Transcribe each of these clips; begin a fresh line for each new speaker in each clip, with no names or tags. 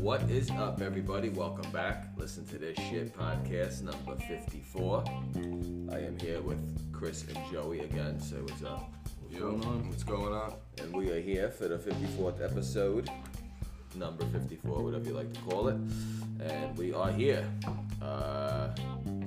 What is up, everybody? Welcome back. Listen to this shit podcast number 54. I am here with Chris and Joey again. So, what's up?
Yo, What's going on?
And we are here for the 54th episode, number 54, whatever you like to call it. And we are here. Uh,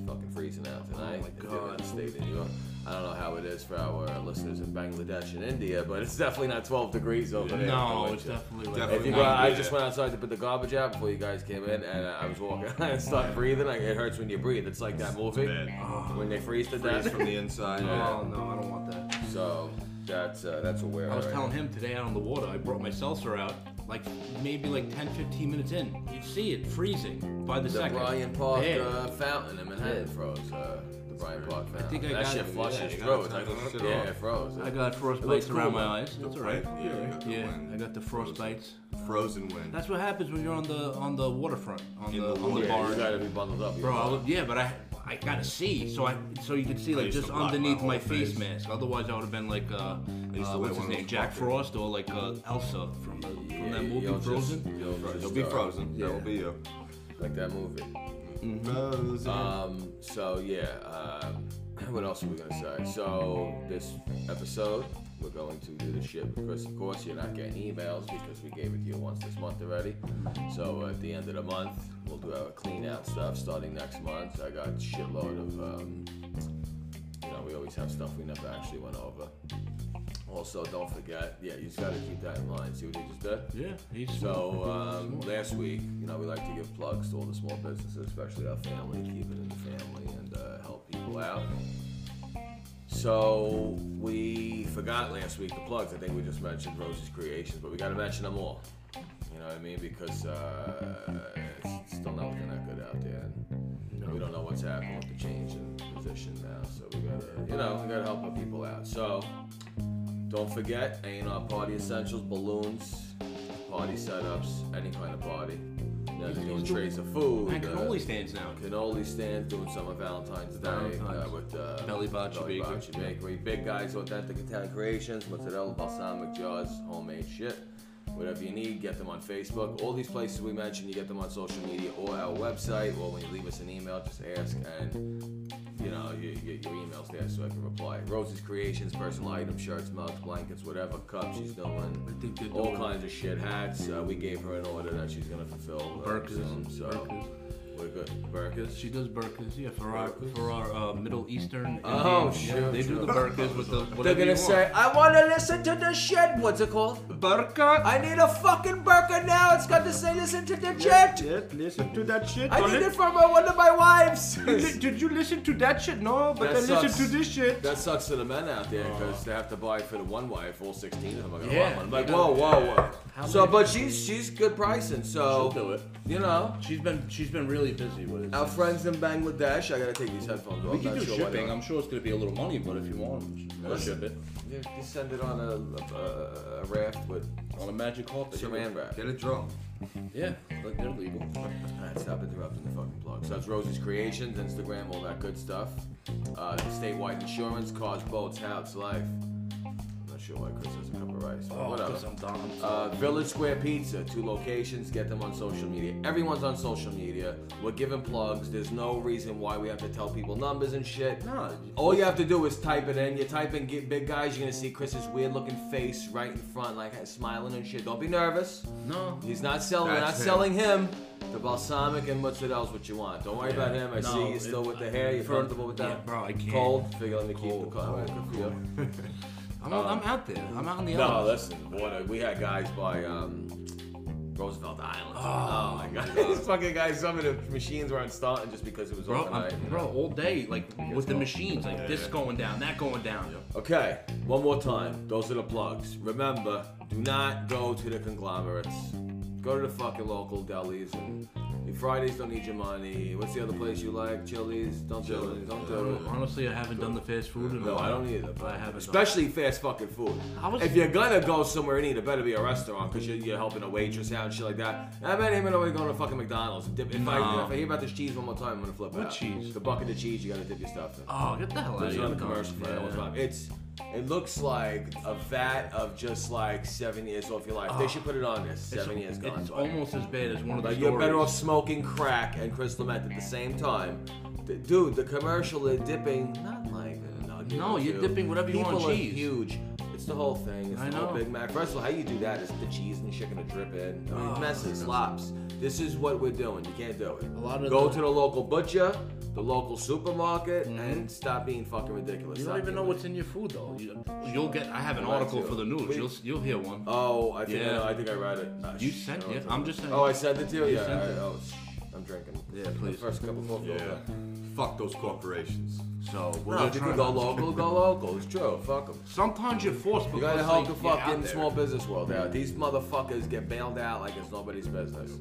fucking freezing out tonight.
my
if you're in
God.
the state of New York. I don't know how it is for our listeners in Bangladesh and India, but it's definitely not 12 degrees over there.
No,
Don't
it's
you?
definitely like
Definitely
If you
not
go, I
good.
just went outside to put the garbage out before you guys came in, and uh, I was walking. I stopped breathing. Like it hurts when you breathe. It's like that movie oh,
Bad.
when they freeze to
Freeze
death.
from the inside.
Oh no, I don't want that.
So that's uh, that's what we're.
I was
at right
telling him today out on the water, I brought my seltzer out, like maybe like 10, 15 minutes in. You'd see it freezing by the,
The
second.
Brian Park
There.
uh, fountain in Manhattan froze. Uh, the Brian Park fountain.
think I
that
got
shit
it.
flushes
Yeah,
you
through. It's
gotta
like,
turn that shit
yeah,
off.
it froze.
I got frostbites
cool,
around my
though.
eyes. That's alright.
Yeah, you got the
Yeah,
wind.
I got the frostbites.
Frozen wind.
That's what happens when you're on the on the waterfront, on
In
the, on
the water.
the
yeah, you
barge.
gotta be bundled up.
Bro, I was- yeah, but I I gotta see, so I so you could see
I
like
used
just
to block my
underneath
whole
my face
face.
mask. Otherwise, I would have been like uh, uh
used to
what's
wear one
his
of
name,
those
Jack
bucket-
Frost, or like uh, Elsa from, the, from
Yeah,
that
you'll
movie
just-
Frozen.
you'll just,
You'll be
uh,
frozen.
Yeah,
That will be you.
like that movie.
Frozen.
Um, so yeah, um, what else are we gonna say? So this episode, we're going to do the shit with Chris. Of course, you're not getting emails because we gave it to you once this month already. So at the end of the month, we'll do our clean out stuff starting next month. I got a shitload of, um, you know, we always have stuff we never actually went over. Also, don't forget, yeah, you just gotta keep that in mind. See what you just did?
Yeah, he's
So um, last week, you know, we like to give plugs to all the small businesses, especially our family, keep it in the family, and uh, help people out. So we forgot last week the plugs. I think we just mentioned Rose's Creations, but we got to mention them all. You know what I mean? Because uh, it's still not looking that good out there. And We don't know what's happening with the change in position now, so we gotta, you know, we gotta help our people out. So don't forget A&R Party Essentials, balloons, party setups, any kind of party. You know, they're doing trays of food.
and
uh,
cannoli stands now.
Cannoli stand doing some on Valentine's Day uh,
Valentine's.
with uh,
Belly Bacha
Belly
Bakery.
Bacha Bakery. Big Guys Authentic Italian Creations, mozzarella, balsamic jars, homemade shit. Whatever you need, get them on Facebook. All these places we mentioned, you get them on social media or our website, or when you leave us an email, just ask and you know, you, you get your emails there so I can reply. Rose's Creations, personal items, shirts, mugs, blankets, whatever cup she's doing.
I think they're
All
doing-
kinds of shit, hats. Uh, we gave her an order that she's gonna fulfill. Uh,
Burkas.
soon, so
Burkas.
we're good. Burkas.
She does burkas, yeah, for our
Burkas?
for our uh, Middle Eastern. Indian-
Oh,
yeah,
shoot,
They do
shoot.
the burkas with the.
They're
whatever you
gonna
want.
say, I wanna listen to the shit. What's it called?
burka.
I need a fucking burqa now. It's got to say, listen to the shit.
listen to that shit.
I need it from uh, one of my wives.
Did you listen to that shit? No,
but That I listened sucks. to this
shit.
that sucks for the Oh. men out there because they have to buy for the one wife, all 16 of them. Are gonna
Yeah,
want one. Like,
they
whoa,
gotta-
whoa, whoa.
How
So,
many-
but oh, she's she's good pricing. So,
She'll do it.
you know,
She's been she's been really busy with it.
our friends in Bangladesh. I gotta take these headphones off.
we
I'm
can
not
do
Oh, sure why they
shipping.
are.
I'm sure it's gonna be a little money, but if you want, we'll
Listen.
ship it
Yeah, just send it on a, a, a raft with
on a magic carpet.
saran wrap.
Get a drum.
Yeah, like they're legal.
Alright, stop interrupting the fucking plug. So that's Rosie's Creations, Instagram, all that good stuff. Uh, statewide insurance, cars, boats, house, life. I'm not sure why Chris has a cup of rice, but
Oh, because
whatever.
I'm dumb.
Uh, Village Square Pizza, two locations. Get them on social media. Everyone's on social media. We're giving plugs. There's no reason why we have to tell people numbers and shit.
No,
All you have to do is type it in. You type in get big guys. You're gonna see Chris's weird looking face right in front, like smiling and shit. Don't be nervous.
no.
He's not selling. We're not
That's him.
selling him. The balsamic and mozzarella's what you want. Don't worry about him. I
No,
see you
it-
still with the
I-
hair. You're
for-
comfortable with that?
yeah, bro, I can't.
Cold. Figure let me keep
Cold.
the cold.
I'm, I'm out there. I'm out in the
No,
elements.
listen. What we had guys by um, Roosevelt Island. Oh, my god. These fucking guys. Some of the machines weren't starting just because it was
Bro,
overnight.
I'm,
you
bro,
know?
all day, like with the machines, like
Yeah,
this
yeah.
going down, that going down.
Okay, one more time. Those are the plugs. Remember, do not go to the conglomerates. Go to the fucking local delis and your Fridays don't need your money. What's the other place you like? Chili's? Don't do it.
Chili's,
Don't
yeah.
do it.
Honestly, I haven't done the fast food. in a
No, I
while.
don't either.
I e- haven't.
Especially fast fucking food.
I was-
if you're gonna go somewhere and eat, it better be a restaurant because you're, you're helping a waitress out and shit like that. I bet him and I going to fucking McDonald's. Dip, if, I,
No.
if I hear about this cheese one more time, I'm gonna flip
What
out.
cheese?
The bucket of cheese you gotta dip your stuff in.
Oh, get the hell out of
There's
here!
another commercial for that. It's It looks like a vat of just like seven years off your life. They should put it on this.
Ah. It's-
Seven years gone.
It's
by.
almost as bad as one of the
Like you're better off
stories.
smoking crack and crystal meth at the same time. D- Dude, the commercial they're dipping not like a nugget.
No,
or
you're
two.
dipping whatever you
People
want,
are
cheese.
huge. It's the whole thing. It's
I
the whole
know.
Big Mac. First of all, how you do that is the cheese and shit gonna drip in. I mean,
Oh,
messes, slops. This is what we're doing. You can't do it.
A lot of
go
the- Mm-hmm.
to the local butcher, the local supermarket, and stop being fucking ridiculous.
You
Stop
don't even
doing
know
it.
what's in your food though. You, you'll get. I have an
Right,
article
too.
for the news.
We-
you'll you'll hear one.
Oh, I think I
Yeah.
know. I think I read it. Ah,
You
shit,
sent
I don't
it.
think-
I'm just saying.
Oh, I sent it to you.
You
yeah,
sent
I,
it.
oh, sh- I'm drinking.
Yeah,
The
please.
first cup of coffee.
Yeah. Fuck those corporations.
so we're
No,
gonna
if you
try
can go local, go local. It's true. Fuck them.
Sometimes you're forced.
You
because,
gotta help
like,
the
you're out
fucking
there.
small business world out. These motherfuckers get bailed out like it's nobody's business.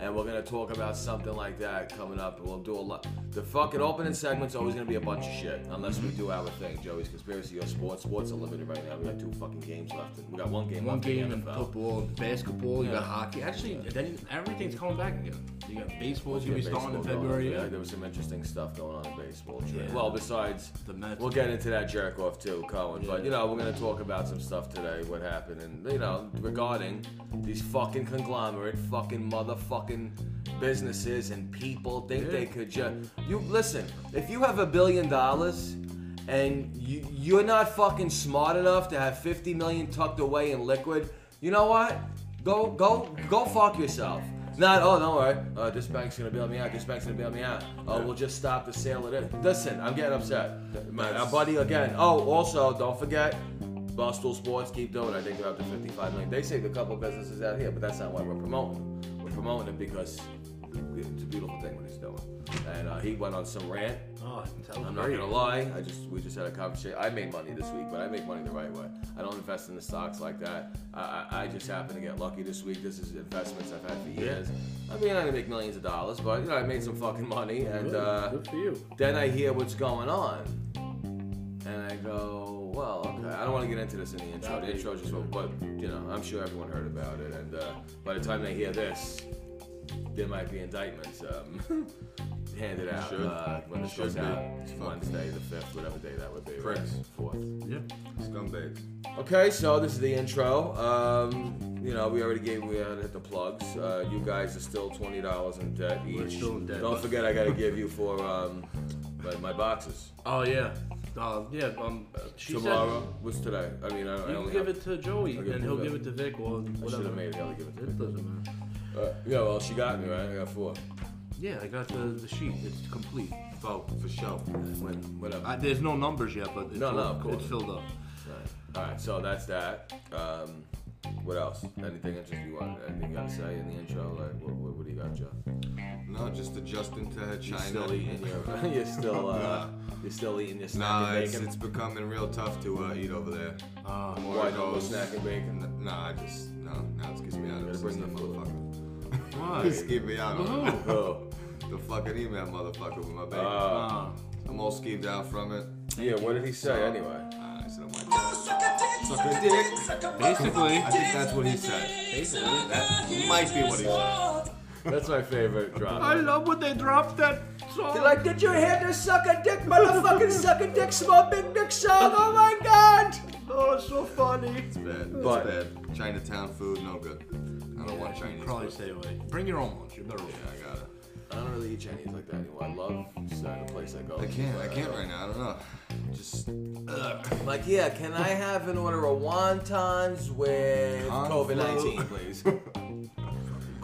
And we're gonna talk about something like that coming up. We'll do a lot. The fucking opening segment's always gonna be a bunch of shit, unless we do our thing. Joey's conspiracy or sports. Sports are limited right now. We got two fucking games left. We got one game
One
left. in the
game in
NFL.
football, basketball, you
Yeah.
got hockey. Actually, then everything's coming back again. You got baseball's gonna be
Yeah,
starting in
baseball going.
February. Yeah.
There was some interesting stuff going on in baseball. Trey.
Yeah.
Well, besides
The Mets.
We'll get into that jerk off too, Cohen. But
Yeah.
you know, we're gonna talk about some stuff today, what happened, and you know, regarding these fucking conglomerate, fucking motherfucking businesses and people think
Yeah.
they could just you listen. If you have a billion dollars. And you, you're not fucking smart enough to have 50 million tucked away in liquid. You know what? Go, go, go fuck yourself. Not, oh, don't worry. Uh, this bank's gonna bail me out. This bank's gonna bail me out. Oh, we'll just stop the sale of it. Listen, I'm getting upset. My, our buddy again. Oh, also, don't forget, Barstool Sports keep doing. it. I think they're up to 55 million. They saved a couple businesses out here, but that's not why we're promoting. them. We're promoting it because it's a beautiful thing what he's doing. And uh, he went on some rant.
Oh, that was
I'm not
great.
gonna lie. I just we just had a conversation. I made money this week, but I make money the right way. I don't invest in the stocks like that. I, I, I just happen to get lucky this week. This is investments I've had for years. I mean, I didn't make millions of dollars, but you know, I made some fucking money, and
Good.
uh,
Good for you.
then I hear what's going on, and I go, well, okay. I don't want to get into this in the intro. The intro just, but you know, I'm sure everyone heard about it, and uh, by the time they hear this, there might be indictments um, handed out
Should.
uh, when this
Should
goes
be.
out. It's
Fuck.
Wednesday, the fifth, whatever day that would be. right?
Pricks.
Fourth.
Yeah.
Scumbags.
Okay, so this is the intro. Um, you know, we already gave we already hit the plugs. Uh, you guys are still twenty dollars in debt each.
We're still in debt.
Don't forget, I gotta give you for um, my, my boxes
Oh yeah. Uh, yeah. Um. She
tomorrow. What's today? I mean, I,
Said,
I
you
only
can give
have,
it to Joey,
I'll give
and
it
he'll
to
give it to Vic or
I should
whatever.
have made it. I'll give it to.
It doesn't matter.
Uh, yeah, well, she got me right. I got four.
Yeah, I got the, the sheet. It's complete.
Oh, for sure.
When, whatever.
I, there's no numbers yet, but it's,
No, no,
all-
of course.
it's filled up.
All right, so that's that. Um, what else? Anything interesting you want? Anything you gotta say in the intro? Like, what, what, what do you got, Joe?
No, just adjusting to China.
You're still eating your. you're still. Uh, you're still eating your snack
Nah,
and
it's,
bacon. Ah,
it's becoming real tough to uh, eat over there.
Uh,
The more
Why
it
don't go
goes-
snack and bacon?
N- Nah, I just no. Now it gets me out of
Gotta
this
bring
system,
the food.
motherfucker.
why?
Just get me out of it.
Oh,
the fucking email, motherfucker, with my bacon.
uh,
Uh,
I'm all schemed out from it.
yeah. What did he say anyway?
Ah, I said, oh my god. Suck a dick.
basically,
I think that's what he said.
basically,
That might be what he said.
That's my favorite
I
drama.
love when they drop that song.
They're like, did you hear the suck a dick, motherfucking suck a dick, small big dick song? Oh my god!
oh, it's so funny.
It's bad. It's
But-
bad. Chinatown food, no good. I don't want Chinese
Probably
food.
stay away. Bring your own lunch. You're better off.
Yeah, I gotta.
I don't really eat Chinese like that anymore. I love certain place I go.
I can't. I can't right now. I don't know. Just
I'm uh, like, yeah, can I have an order of wontons with
Con
COVID
flu.
19, please?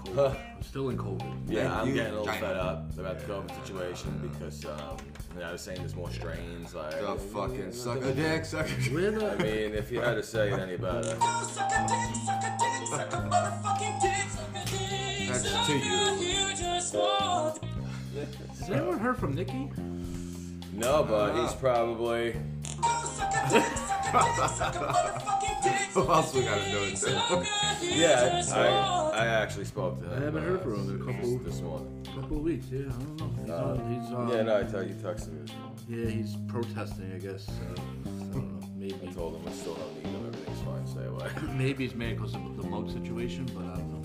COVID. I'm still in COVID.
Yeah,
Thank
I'm
you,
getting a little
China.
fed up about the COVID situation because um, you know, I was saying there's more strains. Like,
the fucking suck a dick, suck a dick.
We're
I
not.
mean, if you had to say any about it.
That's to you.
Has anyone heard from Nikki?
No, but
Nah.
he's probably.
Who else we gotta do it to?
Yeah, I, I actually spoke to him.
haven't heard from him in a
this-
couple-
This morning.
couple of weeks. Yeah, I don't know. He's,
Uh,
on, he's on,
Yeah, no, I tell you, texted me. this morning.
yeah, he's protesting, I guess. Uh, I don't know.
I
Maybe.
told him we still don't need him. Everything's fine. Stay away.
Maybe it's mad because of the mug situation, but I don't know.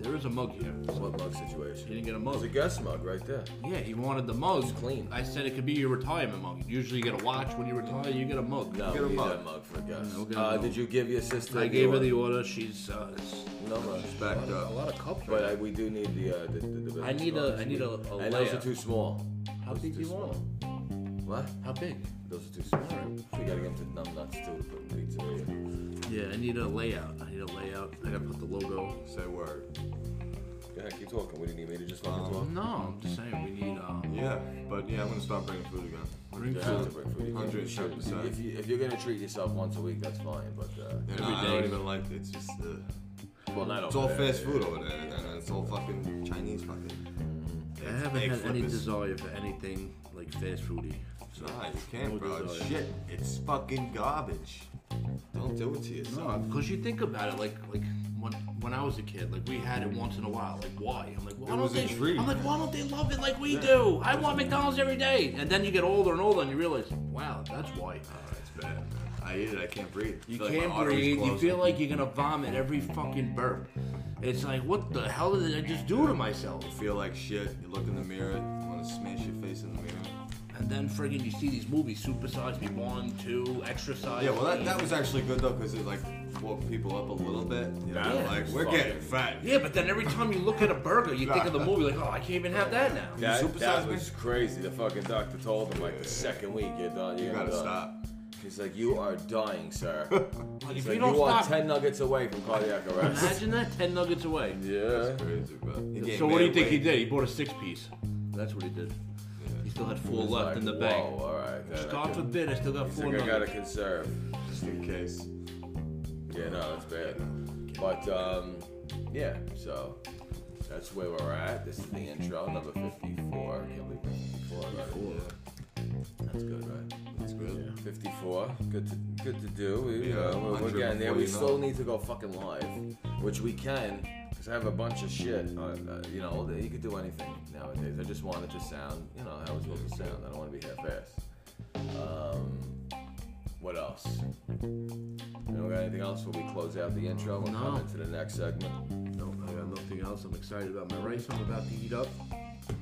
There is a mug here.
What mug
You
situation?
didn't get a
It's a
mug.
guest mug right there.
Yeah, he wanted the mug.
clean.
I said it could be your retirement mug. Usually you get a watch when you retire, you get a mug.
No,
Get a
we need
mug.
that mug for guests.
we'll get a
uh,
mug.
did you give your sister?
I gave her the
order?
order. She's. Uh, s-
No, no,
It's backed A up. lot of cups.
But
right
I, we do need the. Uh, the, the, the
I need a. I need a. a
And those
layer.
are too small.
How
Those are
big
too
do you want?
small. What?
How big?
Those are too small. We gotta get them to numb nuts too to put pizza in.
Yeah, I need a layout. I need a layout. I gotta put the logo.
now. Say word.
Go ahead, keep talking. What do you need me to just fucking talk?
No, I'm just saying we need. Um,
Yeah, but yeah, I'm gonna stop bringing food again.
ring
Yeah,
food.
to break food. You can't-
110%.
If, you, if you're gonna treat yourself once a week, that's fine. But uh,
And
Every
I don't
day.
even like it's just uh,
well, not
it's all fast food over there, and it's all fucking Chinese fucking.
I haven't had any desire for anything like fast foody. So
Nah, you can't,
no
bro. It's
desire.
shit. It's fucking garbage. Don't do it to yourself.
Because you think about it, like like when when I was a kid, like we had it once in a while. Like why? I'm like, why
It
don't
was a
they?
dream.
I'm like, why don't they love it like we do? I want McDonald's every day. And then you get older and older, and you realize, wow, that's why.
Uh, It's bad. I eat it. I can't breathe.
You
Feel like my
can't
arteries
breathe. You
closing.
feel like you're gonna vomit every fucking burp. It's like, what the hell did I just do to myself?
You feel like shit. You look in the mirror. You want to smash your face in the mirror.
And then friggin' you see these movies, Supersize Me One, Two, Extra Size.
Yeah, well, that,
Me.
that was actually good though, because it like woke people up a little bit. You know,
Yeah.
like we're
Fucking-
getting fat.
Yeah, but then every time you look at a burger, you think of the movie like, oh, I can't even have that now.
That,
Supersize
that
me?
was crazy. The fucking doctor told him like the second week you're done. You're
You gotta
done.
stop.
He's like, you are dying, sir.
Like,
He's
if
like,
you don't
you are
stop,
ten nuggets away from cardiac arrest.
imagine that ten nuggets away.
yeah.
That's crazy, bro. He gained
So what do you
mad
think he
weight.
did? He bought a six piece. That's what he did. He still had four
It's
left
like,
in the
Whoa,
bank.
all right. Then I
God
can-
forbid, I still got
He's
four
like, I gotta
nuggets.
conserve.
Just in case.
Yeah, no, that's bad. But um, yeah, so that's where we're at. This is the intro, number 54. I can't believe we're 54. Right? That's good, right?
That's good.
54. Good to good to do. We,
Yeah,
uh, we're, we're getting there. We
149.
still need to go fucking live, which we can, because I have a bunch of shit. Uh, uh, you know, that you could do anything nowadays. I just want it to sound, you know, how it's supposed to sound. I don't want to be half-assed. Um, what else? You know, we got anything else? Will we close out the intro and
No.
come into the next segment?
No, I got nothing else. I'm excited about my rice. I'm about to eat up.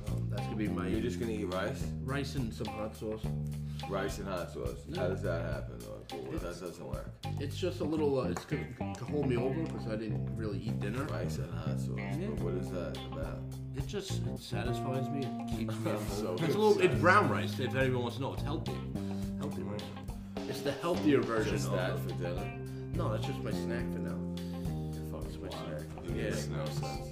Um, that's gonna be my
You're just gonna eat rice,
rice and some hot sauce.
rice and hot sauce. How does that happen? Or, or that
It's-
doesn't work.
It's just a little. Uh, it's gonna to hold me over because I didn't really eat dinner.
Rice and hot sauce. But what is that about?
It just it satisfies me. It keeps me.
I'm so
it's a little. It's brown rice. If anyone wants to know, it's healthy. Healthy rice. It's the healthier version
Just
of
that
the-
for dinner.
No, that's just my snack for now.
Fucking
Switch
wild.
there.
Yeah,
It
it's
makes no sense.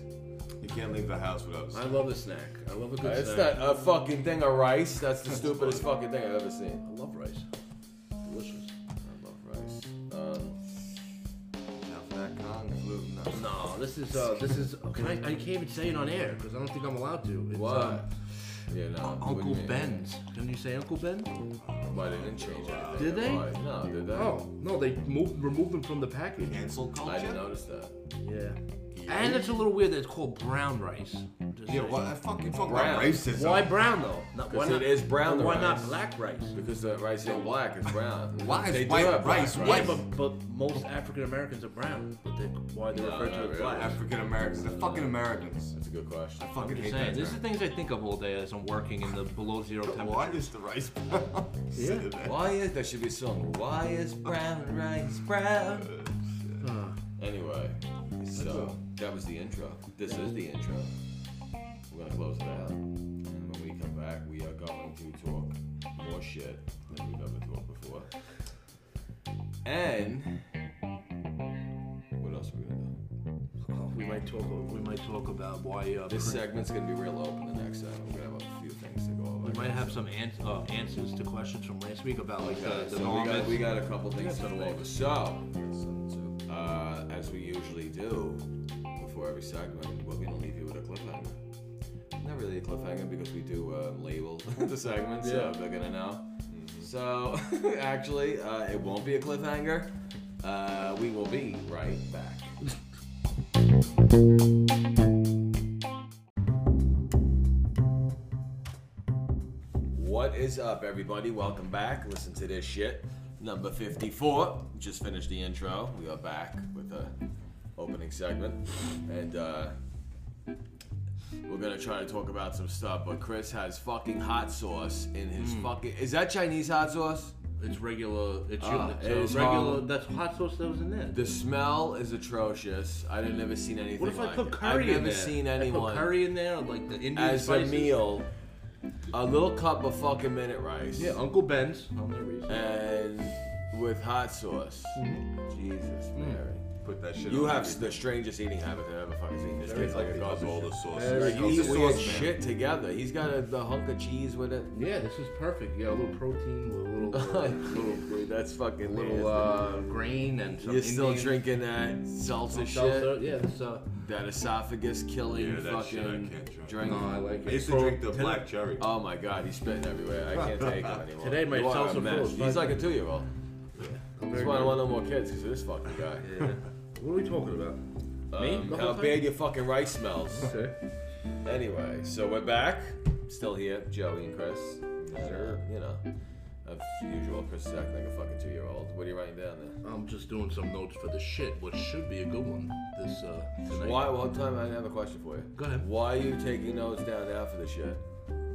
You can't leave the house without.
I love a snack. I love a good
Uh, It's
snack.
not a fucking thing of rice. That's the stupidest fucking thing I've ever seen.
I love rice. Delicious.
I love rice. Um,
Enough that con gluten. No.
No, this is uh, this is. Can I? I can't even say it on air because I don't think I'm allowed to. It's,
what?
um,
yeah, no. what do you
Uncle
mean?
Ben's. Can you say Uncle Ben?
Why they didn't change anything?
Did they?
Why? No, did they?
Oh no, they moved removed them from the package.
Cancel culture.
I didn't notice that.
Yeah.
Yeah.
And it's a little weird that it's called brown rice. Just
Yeah,
saying.
what? I fucking talk
Brown.
about racism.
Why brown though? Not, why
'Cause
not,
it is brown
but Why
rice.
not black rice?
Because the rice ain't black, it's brown.
Why is
They do
white
have black
rice
rice?
Yeah, but, but most African Americans are brown. But they, why they
No,
refer to
not
it as
really.
black?
African Americans. They're fucking Americans.
That's a good question.
I fucking hate
Just saying,
that.
These are
term.
things I think of all day as I'm working in the below zero
Why
temperature.
is the rice brown?
Yeah.
Say that.
Why is there should be a song? Why is brown rice brown? Uh, Anyway, so that was the intro. This is the intro. We're gonna close it out, and when we come back, we are going to talk more shit than we've ever talked before. And what else are we gonna do?
we might talk. We might talk about why. Uh,
This
pre-
segment's gonna be real open. The next segment, we're gonna have a few things to go over.
we might have some an- uh, answers to questions from last week about like
Okay,
the, the
so we got,
moments.
we got a couple things to
some
go over. So, uh, as we usually do before every segment, well, we don't leave you with a cliffhanger. Not really a cliffhanger because we do uh, label the segments, so
Yeah.
they're gonna know. So, actually, uh, it won't be a cliffhanger. Uh, we will be right back. What is up, everybody? Welcome back. Listen to this shit. Number 54. Just finished the intro. We are back with the opening segment. And uh, We're gonna try to talk about some stuff, but Chris has fucking hot sauce in his
Hmm.
fucking. Is that Chinese hot sauce?
It's regular. It's,
Ah,
so
it is
regular.
Harlem.
That's hot sauce that was in there.
The smell is atrocious. I've never seen anything.
what if I
like
put
it.
curry
I've
in
never
there?
seen
I put
anyone
curry in there, like the Indian
as
spices.
a meal. A little cup of fucking minute rice.
Yeah, Uncle Ben's. Oh, there he is.
and with hot sauce.
Mm-hmm.
Jesus,
Mm.
Mary.
Put that shit.
You
on
have
everything.
the strangest eating habits I've ever fucking seen. This
Very
kid's like a
healthy.
garbage.
All the sauces.
Like,
Very
You eat
healthy.
weird
Sauce, man.
shit together. He's got a, the hunk of cheese with it.
yeah, this is perfect. Yeah, a little protein, a little, uh, little,
Dude, that's fucking
little
nasty.
uh, grain, and some
You're still
Indian
drinking that salsa shit,
salsa. Yeah, it's uh,
that esophagus killing
Yeah, that shit
fucking
I can't drink.
drink.
no, I like it.
I used to
So
drink the
today-
black cherry.
Oh my god, he's spitting everywhere. I can't take him anymore.
Today my
You are a
salsa
mess.
full of
He's
fucking-
like a two-year-old.
I'm
That's
very
why I don't want
good.
no more kids because of this fucking guy.
What are we talking about? Me?
Um,
The whole
how
time?
bad your fucking rice smells.
Okay.
Anyway, so we're back. Still here, Joey and Chris. And, uh,
Sure.
you know, as usual, Chris is acting like a fucking two-year-old. What are you writing down there?
I'm just doing some notes for the shit, which should be a good one. This uh, tonight.
Why? One time I have a question for you.
Go ahead.
Why are you taking notes down now for the shit?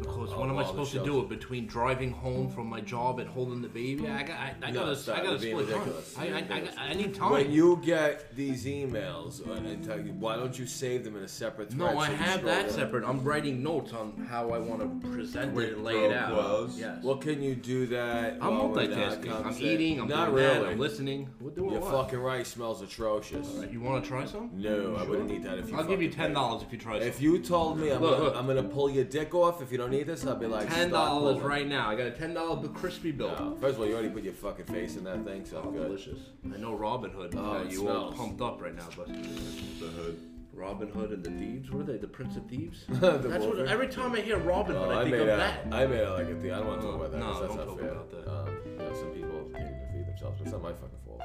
Because
Oh,
what am I
well, the
supposed to
shelf.
do it between driving home from my job and holding the baby? I got, I, I
No,
gotta,
stop.
I
You're
gotta
being
split time.
ridiculous.
I,
You're
I, I,
ridiculous.
Oh, I need time.
When you get these emails, uh, and I tell you, why don't you save them in a separate thread?
no, I
so you
have
scroll
that
down?
separate. I'm writing notes on how I want to present
Wait,
it and lay it
pro
out.
quos?
Yes.
Well, can you do that?
I'm
while we're not
multitasking. I'm
conversating?
eating. I'm
not
doing
really.
that. I'm listening. We're doing
Your
a lot.
fucking rice smells atrocious.
Alright, you want to try some?
No, I wouldn't eat that if you.
I'll give you
fucking
ten
paid.
dollars if you try some.
Mm. If you told me I'm,
Look,
gonna,
look.
I'm gonna pull your dick off if you don't need this, I'd be like
ten
stop
dollars
pulling.
right now. I got a ten dollar crispy bill.
No. First of all, you already put your fucking face in that thing, so I'm good.
Delicious. I know Robin Hood.
Oh,
uh,
it
you all
smells.
pumped up right now, but
The hood.
Robin Hood and the thieves were they the Prince of Thieves?
The
That's what,
Wolverine.
every time I hear Robin
Oh,
Hood,
I,
I think
made
of
out.
that.
I made out like a thing. I don't want to talk
No,
about that.
no,
'cause that's
don't
not
talk
fair.
about that.
Um, you know, some people can defeat themselves, but it's not my fucking fault.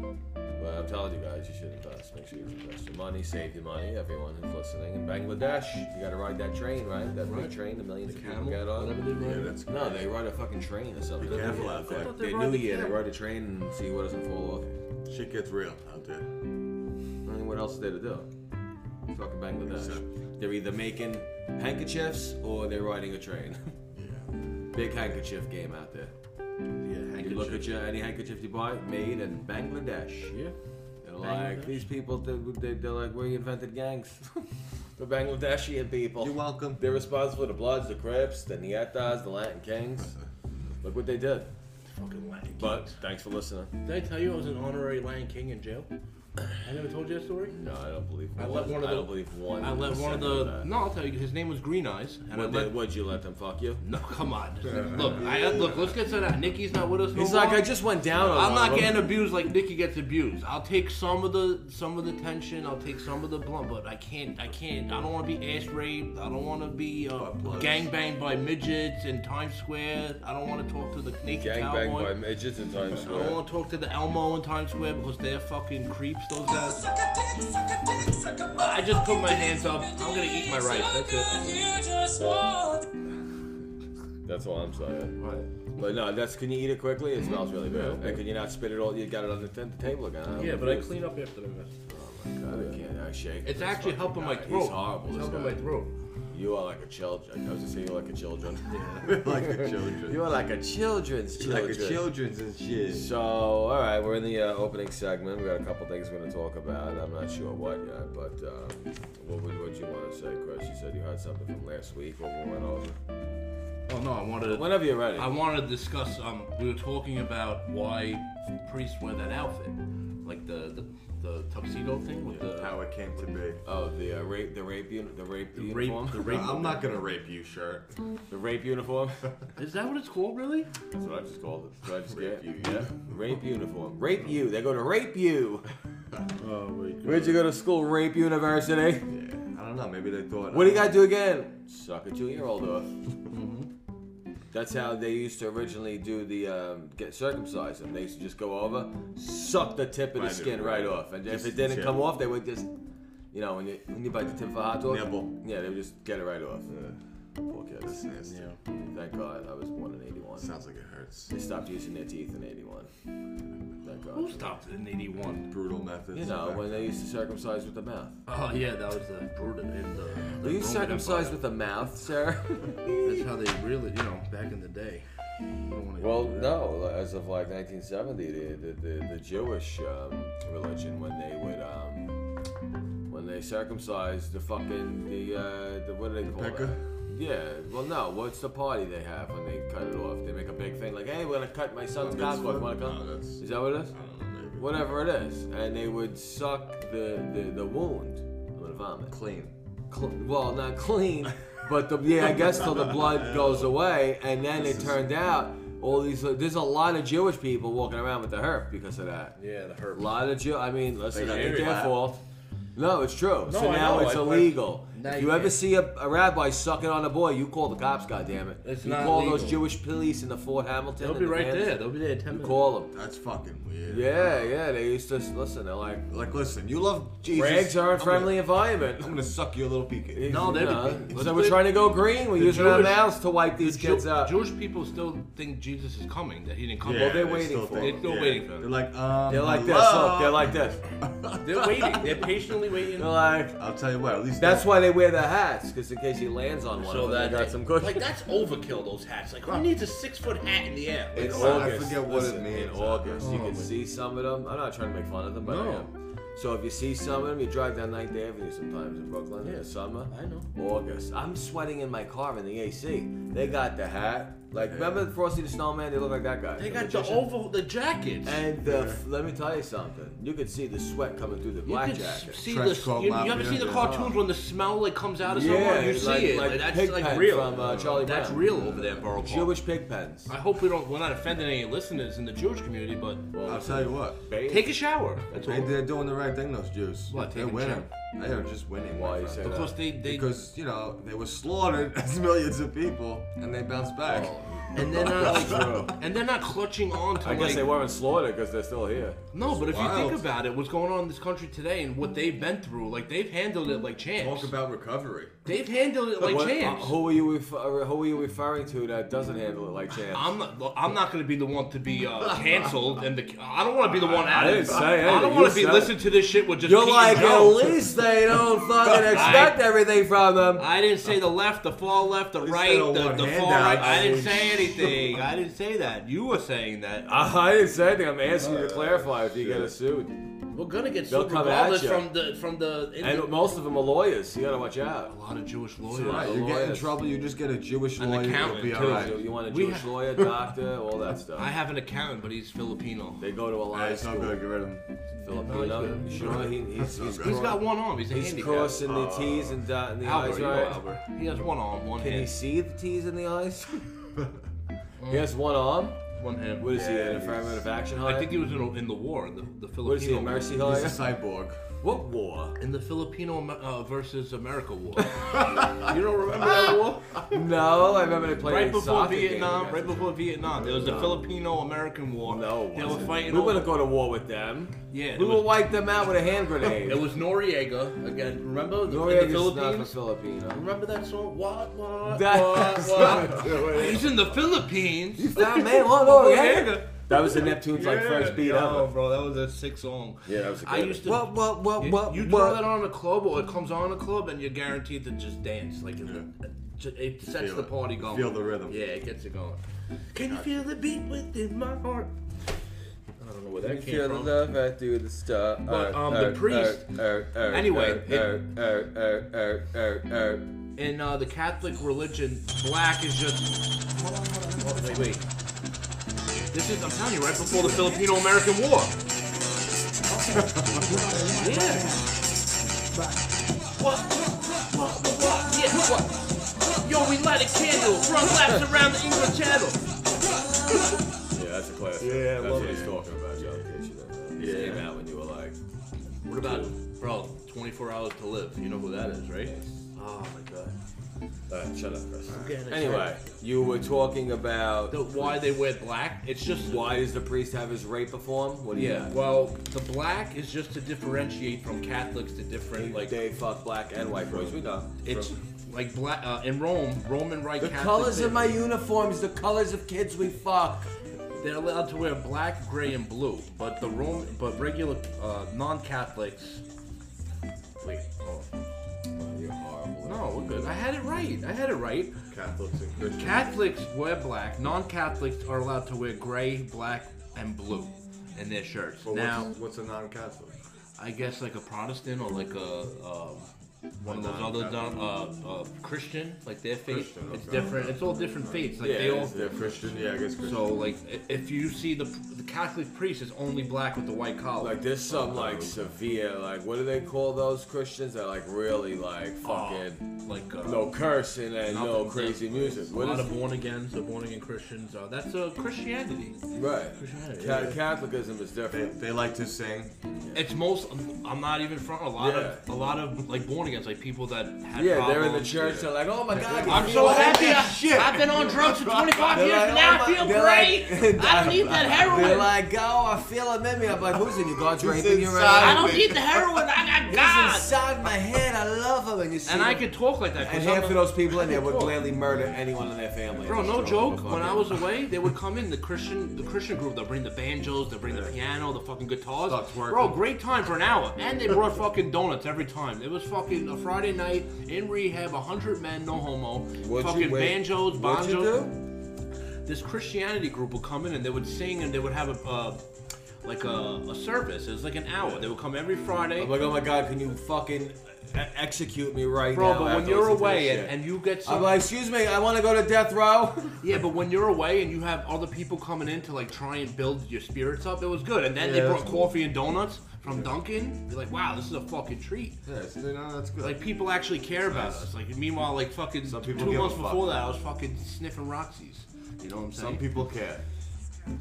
But I'm telling you guys, you should invest. Make sure you invest your money, save your money. Everyone who's listening in Bangladesh, you got to ride that train, right? That big
Right.
train, the millions of people
Camel,
get
whatever
on.
they
Yeah,
wrote.
that's
No, they ride a fucking train or something.
Be careful
Yeah,
out there.
They
ride
New
the
Year, they
camel.
ride a train and see what doesn't fall off.
shit gets real out there.
I mean, what else is there to do? Fucking Bangladesh.
Exactly.
They're either making handkerchiefs or they're riding a train.
Yeah.
Big handkerchief game out there.
Yeah,
You look at your, any handkerchief you buy, made in Bangladesh.
yeah.
They're like,
Bangladesh.
these people, they, they, they're like, we invented gangs. the Bangladeshi people.
You're welcome.
They're responsible for the Bloods, the Crips, the Nietas, the Latin Kings. Look what they did.
Fucking Lion King.
But thanks for listening.
did I tell you I was an honorary Lion King in jail? I never told you that story.
No, I don't believe one.
I let one of
I don't
the-
believe one.
I let one
percent
of the.
that.
No, I'll tell you. His name was Green Eyes, and
What
I let.
did, would you let them fuck you?
No, come on. Look, I, look. Let's get to that. Nikki's not with us. No
He's like,
more.
I just went down on one
I'm
of
not
them."
getting abused like Nikki gets abused. I'll take some of the some of the tension. I'll take some of the blunt, but I can't. I can't. I don't want to be ass raped. I don't want to be uh,
bloods.
gang banged by midgets in Times Square. I don't want to talk to the naked
Gangbang
cowboy.
by midgets in Times
I don't
Square.
want to talk to the Elmo in Times Square because they're fucking creeps. Those guys.
I just put my hands up. I'm gonna eat my rice. That's it.
That's all I'm saying.
Right.
But no, that's can you eat it quickly? It smells really bad. And can you not spit it all? You got it on the, t- the table again. don't know.
up after the mess.
Oh my God, I can't. I shake.
It's
this
actually
fucking
helping my
guy.
throat.
He's horrible.
It's
this
helping
guy.
my throat.
You are like a child. I was just saying you're like a children.
like the children.
you are like a children's
like
children.
the children's and shit.
So, all right, we're in the uh, opening segment. We got a couple things we're going to talk about. I'm not sure what yet, but um, what would what you want to say, Chris? You said you had something from last week when we went over.
Oh no, I wanted. to
Whenever you're ready.
I wanted to discuss. Um, we were talking about why priests wear that outfit, like the the, the tuxedo thing with the
How it came to be.
oh, the uh, rape, the rape, uni- the rape
the rape,
uniform,
the rape.
I'm not gonna rape you, shirt.
the rape uniform.
Is that what it's called, really?
That's what I just called it. That's what I just get.
Rape you,
yeah.
yeah.
Rape uniform. Rape you. They go to rape you.
Oh wait.
Where'd you go to school? Rape University.
Yeah. I don't know. Maybe they thought. uh,
What do you got to do again? Mm-hmm. Suck a two-year-old off. That's how they used to originally do the um, get circumcised them. They used to just go over, suck the tip of the
Right,
skin
dude,
right
right.
off, and
Just
if it didn't
the
come
tip.
off, they would just, you know, when you when you bite the tip of a hot dog,
Nibble.
yeah, they would just get it right off.
Yeah.
Poor kids.
That's nasty.
Yeah. Thank God I was born in 81.
Sounds like it hurts.
They stopped using their teeth in 81. Thank God.
Who stopped in '81?
Brutal methods.
You know, when they used to circumcise with the mouth.
Oh yeah, that was the brutal in the. the
Were you
Roman
circumcised
Empire.
with the mouth, sir?
That's how they really, you know, back in the day. You don't wanna
Well,
do that.
no. As of like 1970, the the, the, the Jewish um, religion when they would um, when they circumcised the fucking the uh, the what do they call
pecker?
it? Yeah. Well, no. What's the party they have when they cut it off? They make a big thing like, "Hey, we're gonna cut my son's
Bar
cock off.
mitzvah?
You wanna come?"
No, that's-
Is that what it is?
I don't know, maybe.
Whatever it is, and they would suck the the, the wound. I'm gonna vomit.
Clean.
Cl- well, not clean, but the, yeah, I guess till the blood goes away, and then it turned out all these. There's a lot of Jewish people walking around with the herp because of that.
Yeah, the
A
herb.
lot of Jew. I mean, listen,
They
I think
carry
their
that.
fault. No, it's true.
No,
so
I
now
know,
it's
I- I-
illegal.
Now
if
you
you ever
can't.
see a, a rabbi sucking on a boy, you call the cops. goddammit.
It's
you
not
call those
legal.
Jewish police in the Fort Hamilton.
They'll
and
be
the
right
Vans,
there. They'll be there in ten
You
minutes.
call them.
That's fucking weird.
Yeah, yeah. They used to listen. They're like,
Like, listen, you love Jesus.
rags are a
I'm gonna-
friendly environment.
I'm gonna suck your little peek.
No, they-
So we're trying to go green. We're
The
using our
Jewish-
mouths to wipe these
The Jew-
kids out.
Jewish people still think Jesus is coming. That he didn't come.
they're waiting
still
for
think-
it. They're still waiting for it.
They're like, um,
They're like this.
hello?
Look, they're like this.
They're waiting. They're patiently waiting.
They're like.
I'll tell you what. At least
That's why they wear the hats, because in case he lands on one,
So
of them,
that
they got some cushion.
Like that's overkill. Those hats. Like who needs a six foot hat in the air? Like,
In
It's- I
August,
forget what it
listen, In
means.
August, you
Oh,
can
my-
see some of them. I'm not trying to make fun of them, but I
No.
am. So if you see some of them, you drive down Ninth Avenue sometimes in Brooklyn in
Yeah,
the summer.
I know.
August. I'm sweating in my car in the AC. They got the hat. Like, remember Frosty the Snowman? They look like that guy.
They got the
magician.
oval, the jackets.
And the, f let me tell you something. You could see the sweat coming through the
you
black
can
jacket.
see the.
Trench coat
You, you ever
lobby,
see the
yeah.
cartoons when the smell like comes out of someone? You see
like,
it.
like,
Like, that's
Pigpen
like real.
from uh, Charlie
that's
Brown.
real over there, in Borough Park.
Jewish pig pens.
I hope we don't. We're not offending any listeners in the Jewish community, but
I'll tell you what.
take a shower. That's all.
They, they're doing the right thing, those Jews.
What,
They're
taking
winning.
shit?
They are just winning.
Why
my
you
friend.
say that?
because they they.
Because you know they were slaughtered as millions of people, and they bounced back.
Oh,
and they're not
True.
like, and they're not clutching on to
I guess
like
they weren't slaughtered because they're still here.
no, but if you
wild.
think about it, what's going on in this country today and what they've been through, like they've handled it like champs.
Talk about recovery.
they've handled it like
What-
champs.
uh, who are you ref- uh, who are you referring to that doesn't handle it like champs?
I'm not. look, I'm not going to be the one to be uh, canceled, and the, I don't want to be the one out.
didn't say
I
anything.
don't want
You
to be
said
listening to this shit with just.
You're
Pete
like
and
at
Joe.
least they don't fucking expect everything from them.
I didn't say the left, the far left, the
least
right,
they don't
the,
want
the far
handouts.
right. I didn't say anything. I didn't say that. You were saying that.
I, I didn't say anything. I'm asking you to clarify if you get a suit.
We're gonna get
They'll
sued
come at
regardless
ya.
from the from the. in
And
the-
most of them are lawyers. You gotta watch
a
out.
lot of Jewish
right.
lawyers.
Right, you get in
lawyers.
trouble, you just get a Jewish
An
lawyer. You'll
accountant,
be
too.
all right.
You, you want a
We
Jewish
ha-
lawyer, doctor, all that stuff.
I have an accountant, but he's Filipino.
they go to a lot
Alright,
of
it's not
school.
gonna get rid of him.
Filipino.
No,
You
he's
sure, he, he's, he's,
He's
He's
cro-
got one arm. He's a
He's
handicap.
crossing the T's and dotting the
Albert,
I's,
you know
right?
Albert. He has one arm, one
Can he
hand.
see the T's and the I's? he has one arm.
One hand.
What is he,
Yeah,
an
he's-
affirmative action hire?
I think he was in, the- in the war, the, the Filipino.
what is he, a mercy hire?
He's a cyborg.
What war?
In the Filipino Amer- uh, versus America war. you don't remember that war?
No, I remember they played
Right before
soccer
Vietnam,
games.
right before Vietnam, there was a Filipino-American war.
No, it
they were
wasn't.
fighting.
We
over-
wouldn't go to war with them.
Yeah,
we
it
will
was-
wipe them out with a hand grenade.
It was Noriega again. Remember the, in the
Noriega's not for
Philippines?
Filipino.
Remember that song? What? What?
That's
what?
not-
What? He's in the Philippines.
That man, what Noriega? That was the Neptune's like first beat
yo,
up.
bro. That was a sick song.
Yeah, that was a
I
good
used to.
What? What? What?
you
what?
you throw that on a club, or it comes on a club, and you're guaranteed to just dance. Like it, it, it sets
Feel
the
it.
party going.
Feel the rhythm.
Yeah, it gets it going. Can you feel the beat within my heart? I don't know where that came
Feel the
from.
love I do the star. uh,
But, um, the priest- Anyway, it-
uh, anyway,
In uh, the Catholic religion, black is just. Oh, wait, wait. This is, I'm telling you, right before the Filipino American War. yeah. What? What? What? Yeah, what? Yo, we light a candle, run laps around the English Channel.
yeah, that's a classic.
Yeah, I
that's
love
what
it.
he's talking about, John. In case you don't know, This
Yeah.
came out when you were like
What about, bro, 24 Hours to Live? You know who that is, right?
Yes.
Oh my god.
All right, shut up, Chris.
getting
Anyway, you were talking about
The, why they wear black? It's just
why does the priest have his rape perform? What do you
Yeah. Well, the black is just to differentiate from Catholics to different
Like
like
they fuck black and white boys. We know.
it's like black uh, in Rome. Roman right.
the
Catholics,
colors
they-
of my uniforms, the colors of kids we fuck.
They're allowed to wear black, gray, and blue, but the Rome, but regular uh, non-Catholics. Wait, oh,
You're horrible.
no, we're good. I had it right. I had it right.
Catholics and Christians.
Catholics wear black. Non-Catholics are allowed to wear gray, black, and blue in their shirts.
Well,
now,
what's, what's a non-Catholic?
I guess like a Protestant or like a um, one of those
Non-Catholic.
other dom- uh, uh, Christian, like their faith.
Christian,
It's
okay.
different. It's all different faiths. Like
Yeah,
they all.
it's
Yeah, Christian. Yeah, I guess Christian.
So like, i- if you see the the Catholic priest is only black with the white collar.
Like there's some like severe like what do they call those Christians that like really like fucking
like uh,
no cursing and no
nothing-
crazy music.
A
What
lot
is
of born agains, the born again Christians. Uh, that's uh, Christianity.
right?
Christianity,
Ca-
yeah.
Catholicism is
they,
different.
they like to sing.
It's most. I'm not even from a lot of
Yeah.
a lot of like born agains, like people that had
Yeah, they're in the
problems.
church. They're like, oh my god, you
I'm
feel
so
like
happy.
that
I, I've been on drugs for 25
They're
years,
like,
and
oh
now I
my-
feel
they're
great.
like-
I don't need that
They're
heroin.
like, oh, I feel a memory. I'm like, who's in you? God's raping you
inside
right
I
now.
don't need the heroin. I got
He's
God.
inside my head. I love him. And you see
And I
him.
could talk like that.
And
'cause
half
I'm
of
a-
those people in there would gladly murder anyone in their family.
Bro,
Just
no
throw them
joke.
in the
When I
fucking-
was away, they would come in the Christian, the Christian group. They'll bring the banjos, they'll bring the piano, the fucking guitars.
Stop twerking.
Bro, great time for an hour, and they brought fucking donuts every time. It was fucking a Friday night in rehab, hundred men, no homo.
What'd you-
fucking
wait,
banjos,
what'd you
banjos.
do?
This Christianity group would come in and they would sing and they would have a. Uh, like a, a service. It was like an hour. They would come every Friday.
I'm like, oh my god, can you fucking e- execute me right
Bro,
now?
but when
after
you're
listening to
away
this
and,
shit?
and you get some
I'm like, excuse me, I want to go to death row.
Yeah, but when you're away and you have other people coming in to like try and build your spirits up, it was good. And then
Yeah,
they brought
that's
coffee and donuts from Dunkin'. You're like, wow, this is a fucking treat.
Yeah, see, no, that's good.
Like people actually care about us. Like meanwhile, like fucking
Some
two
people give a
months
fuck.
before that, I was fucking sniffing Roxy's. You know what I'm saying?
some people care.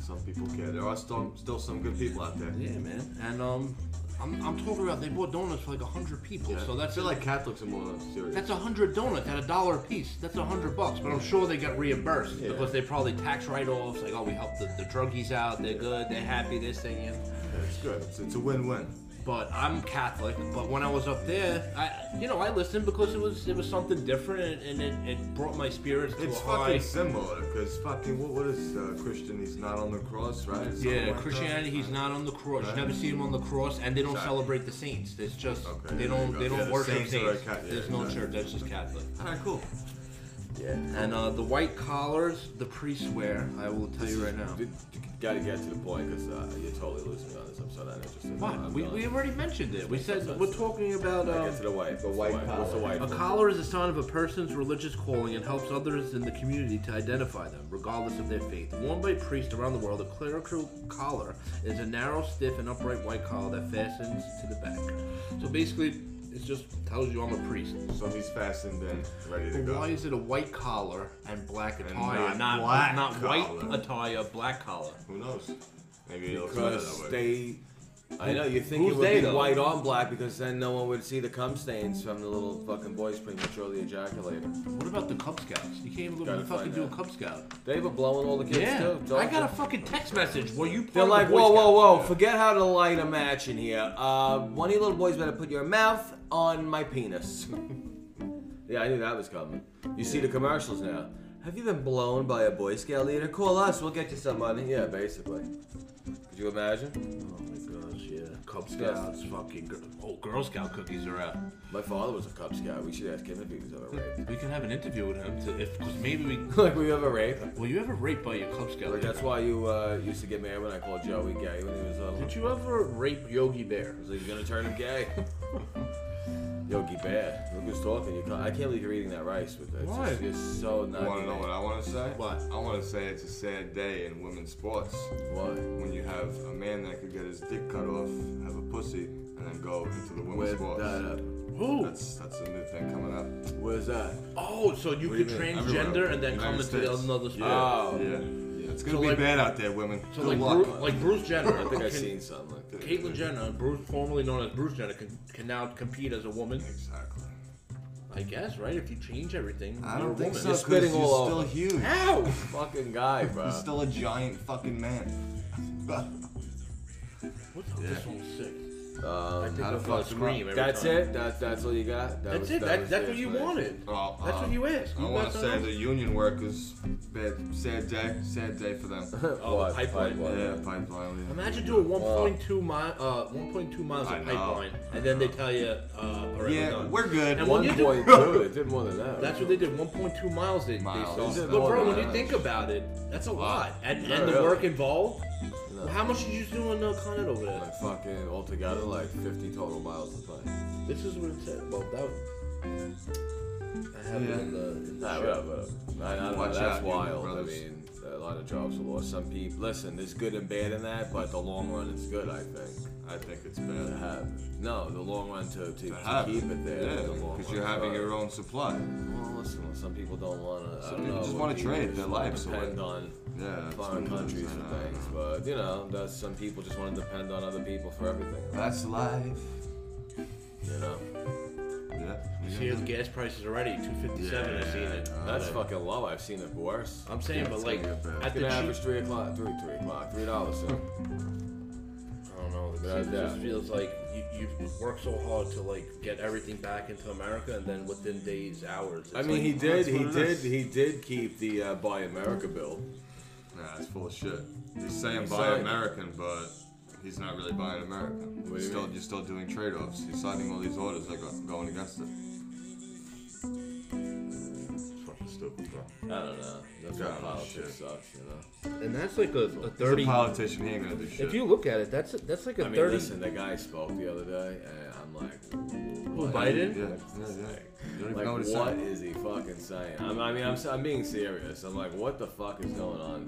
Some people care. There are still, still some good people out there.
Yeah, man. And um, I'm, I'm talking about they bought donuts for like hundred people.
Yeah.
So
I
that's
feel like Catholics are more serious.
That's a hundred donuts at a dollar a piece. That's a hundred bucks, but I'm sure they got reimbursed
Yeah.
because they probably tax write-offs. Like, oh, we helped the, the druggies out. They're good. They're happy. This thing. You know.
Yeah, it's good. It's, it's a win-win.
But I'm Catholic. But when I was up there, I you know I listened because it was it was something different and, and it, it brought my spirits to
It's
a
fucking
high.
similar because fucking what, what is uh, Christian? He's not on the cross, right? Something
Yeah,
like that?
Christianity. He's not on the cross. You
Right.
never see him on the cross, and they don't
Exactly.
celebrate the saints. It's just
Okay,
they
there you
don't
go.
they don't
Yeah, the
worship saints.
saints are a cat- yeah,
There's no
exactly.
church. That's just Catholic.
All right, cool.
Yeah.
And uh, the white collars, the priests wear. I will tell you right now.
You gotta get to the point because uh, you're totally losing me on this. I'm so not interested.
What?
I'm
We,
done.
we already mentioned it. We said
sense.
we're talking about
I
um,
get to the white. The
white
What's the
collar.
white?
a collar is a sign of a person's religious calling and helps others in the community to identify them, regardless of their faith. Worn by priests around the world, a clerical collar is a narrow, stiff, and upright white collar that fastens to the back. So basically, it just tells you I'm a priest.
So he's fastened in, ready to
But
go.
why is it a white collar and black
And
attire?
not black
not
collar.
white attire, black collar.
Who knows? Maybe it'll come out
Because
that way.
they. I know you think
Who's
it would
they,
be
though?
white on black because then no one would see the cum stains from the little fucking boys prematurely ejaculating.
What about the Cub Scouts? You can't even
Gotta
fucking
find
do a
out.
Cub Scout.
They were blowing all the kids
Yeah,
too.
I
Don't
got a
they?
fucking text message. Were you?
They're
part of
like,
the Boy
whoa, whoa,
Scouts?"
whoa! Forget how to light a match in here. Uh, one of you little boys better put your mouth on my penis. yeah, I knew that was coming. You see the commercials now. Have you been blown by a Boy Scout leader? Call us. We'll get you some money. Yeah, basically. Could you imagine?
Oh my gosh, yeah. Cub
Scouts,
Scouts, fucking gir- oh, Girl Scout cookies are out.
My father was a Cub Scout. We should ask him if he was ever raped.
We can have an interview with him to, if because maybe we.
like, were you ever raped?
Were you ever raped by your Cub Scout?
Like,
leader?
that's why you uh, used to get mad when I called Joey gay when he was uh, little.
Did you ever rape Yogi Bear?
So he's gonna turn him gay. Yogi Bear, look who's talking. You can't, I can't believe you're eating that rice with that. It's
Why?
just- It's so
You want
nutty.
to know what I want to say?
What?
I want to say it's a sad day in women's sports
Why?
when you have a man that could get his dick cut off, have a pussy, and then go into the women's
With
sports.
that,
Who?
That's that's a new thing coming up.
where's that?
Oh, so you
What do
could
you mean?
transgender
Everywhere.
and then come
United
into the
States.
another
Yeah.
sport.
Oh.
Yeah. yeah. It's gonna
So
be
like-
bad out there, women.
So
Good
like,
luck.
Bru- like Bruce Jenner.
I think I've
can-
seen something like that.
Caitlyn Jenner, Bruce, formerly known as Bruce Jenner, can, can now compete as a woman.
Exactly.
I guess, right? If you change everything,
I
you're a
don't think
woman.
so.
You're
Because
spitting
he's
all
still
over.
huge.
Ow! Fucking guy, bro.
He's still a giant fucking man.
What's this one sick? I
Um,
think
how to
I'm
fuck
gonna
them up.
scream every
that's
time.
it. That, that's all you got. That
That's
was-
it.
that
That,
was
that's
the
what you
explanation.
wanted.
Well,
That's what
um,
you asked.
I
You
want
got
to
something
say
else?
the union workers, bad, sad day, sad day for them.
Oh,
What?
the pipeline.
What?
yeah, pipeline. yeah.
Imagine doing 1.2 mile, uh, 1.2 miles
I
of
know.
pipeline, and then they tell you, uh, all right, we're
Yeah,
done.
we're good.
And
One-
when you
One
do-
point two. It did more than that.
That's what they did. 1.2 miles. They,
Miles.
they
Is
saw.
it
But
more
bro,
than
when you
that?
think about it, that's a lot, and,
Not
and the
really.
work involved.
No.
How much did you do in uh, Con Ed over there?
Like fucking altogether, like 50 total miles to play.
This is what it said. Well, that. I have
Yeah.
it in the. In the
Nah,
show.
whatever. I, I don't know.
Watch
That's
out, you
wild. I
brothers.
mean, a lot of jobs are lost. Some people. Listen, there's good and bad in that, but the long run, it's good. I think.
I think it's
To
bad.
have. No, the long run to, to, to,
To have
keep it there.
Yeah,
the long
because
run,
you're having
right.
your own supply.
Well, listen. Some people don't want to.
Some people just wanna trade their lives away.
Depend on
Yeah, uh, that's
foreign
what it is,
countries
I
and
know.
things, but you know, that's some people just want to depend on other people for everything.
That's life.
You know,
Yeah.
See, the gas prices already 257. I seen it.
Uh,
that's fucking low. I've seen it worse.
I'm saying,
It's
but
gonna
like
get bad.
at
It's
the
gonna
cheap
average three o'clock, three, three o'clock, three dollars soon.
I don't know.
Without
It
a
just
doubt.
feels like you, you've worked so hard to like get everything back into America, and then within days, hours. It's
I mean, he
like,
did,
that's
he
what it
did,
is.
he did keep the uh, Buy America bill.
Nah, it's full of shit. He's saying
He's
buy
signed.
American, but he's not really buying American.
do
You're
you
still,
mean?
you're still doing trade-offs. He's signing all these orders that go going against it. Fucking stupid. bro.
I don't know. That's why
God,
politics
shit.
sucks, you know.
and that's like a, a
He's
thirty.
a politician. He ain't gonna do shit.
If you look at it, that's that's like a
I mean,
thirty.
listen, the guy spoke the other day, and I'm like,
Who,
what?
yeah,
Biden?
yeah, yeah. You don't even
Like,
know what
what is
he's saying.
he fucking saying? I'm, I mean, I'm, I'm being serious. I'm like, what the fuck is going on?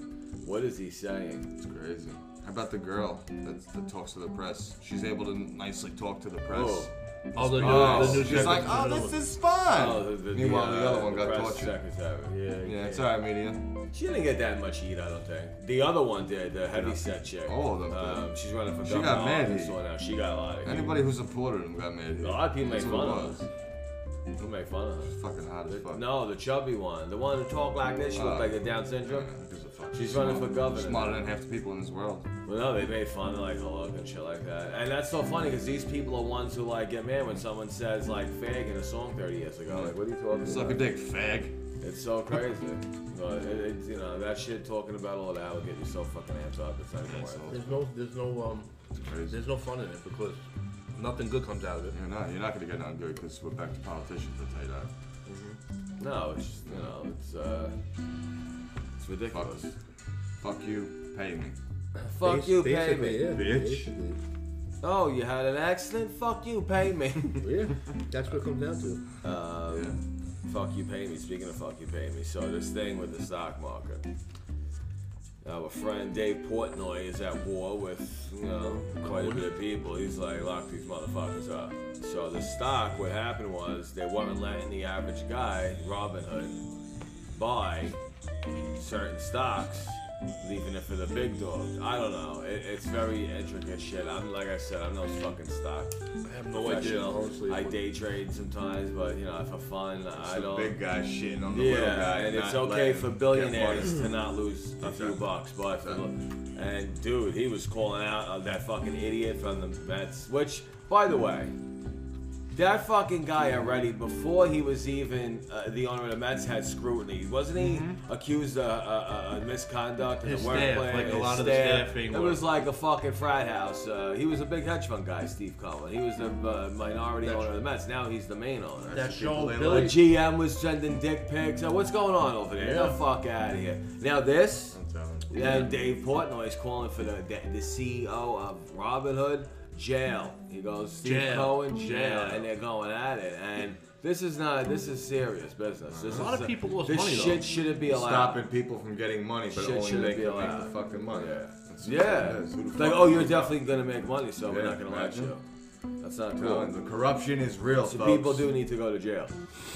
What is he saying?
It's crazy. How about the girl that, that talks to the press? She's able to nicely talk to the press.
Oh, the new,
Oh,
the new
She's like,
Japanese
oh,
novel.
this is fun.
Oh, the, the,
Meanwhile, the,
uh,
other one got
press
tortured.
Secretary. Yeah,
Yeah,
yeah.
it's alright, media.
She didn't get that much heat, I don't think. The other one did, the heavy set chick.
Oh, the-
um, she's running for
She
governor.
got mad
in
heat.
Arkansas now. She got a lot of heat.
Anybody who supported him got mad.
A lot of people make
That's
fun
what it
of
was.
her. Who make fun of her?
Fucking hot as fuck.
No, the chubby one, the one who talked like this. She looked
Oh.
like a Down
Yeah,
syndrome.
who gives a fuck?
She's running
smart-
for governor.
Smarter than half the people in this world.
Well, no, they made fun of like her look and shit like that, and that's so funny because these people are ones who like get mad when someone says like "fag" in a song 30 years ago. Like, what are you talking
Suck
about?
a dick, fag.
It's so crazy. But it, it's you know that shit talking about all that will get you so fucking amped up. It's not even worth it.
There's no, there's no, um,
Crazy.
there's no fun in it because nothing good comes out of it.
You're not, you're not gonna get nothing good because we're back to politicians. I tell you that.
No, it's just, you know it's uh, it's
Fuck,
ridiculous.
fuck you, pay me.
Fuck you, pay me.
Basically, yeah,
Bitch.
basically.
Oh, you had an accident. Fuck you, pay me.
Yeah, that's what it comes down to.
um,
Yeah.
Fuck you, pay me. Speaking of fuck you, pay me. So this thing with the stock market. Our friend Dave Portnoy is at war with you know quite a bit of people. He's like, lock these motherfuckers up. So the stock, what happened was they weren't letting the average guy, Robinhood, buy certain stocks, leaving it for the big dogs. I don't know. It, it's very intricate shit. I'm like I said, I'm no fucking stock
I have no idea,
professional.
honestly.
I day trade sometimes, but you know, for fun, I
Some
don't.
big guy shitting on the little
yeah,
guy.
and it's
not
okay
letting
for
him get
billionaires
money.
to not lose a few
Exactly.
bucks, but for,
Exactly.
and dude, he was calling out uh, that fucking idiot from the Mets. Which, by the way, that fucking guy already before he was even uh, the owner of the Mets had scrutiny, wasn't he? Accused of uh, uh, uh, misconduct in
Mm-hmm. His
the
staff,
workplace.
like a
his
lot of the staffing
It
were-
was like a fucking frat house. Uh, he was a big hedge fund guy, Steve Cohen. He was the uh, minority
That's-
owner of the Mets. Now he's the main owner.
that show,
people they
The
Billy.
GM was sending dick pics. Uh, what's going on over there? Get the
Yeah.
fuck out of here. Now this,
I'm telling you.
and Dave Portnoy is calling for the, the the CEO of Robinhood jail. He goes Steve
Jail.
Cohen jail,
Jail.
and they're going at it. And this is not this is serious business. This
A lot
is
of people lost
This
money, though.
shit shouldn't be allowed.
Stopping people from getting money, but
Shit
only
shouldn't
they
be
can make the
allowed.
fucking money.
Yeah.
That's what
Yeah.
it is. Who the
Like,
fuck
oh,
is
you're
it?
definitely gonna make money, so we're
Yeah,
not gonna let
imagine.
you. That's not
No,
cool.
the corruption is real.
So
folks.
people do need to go to jail.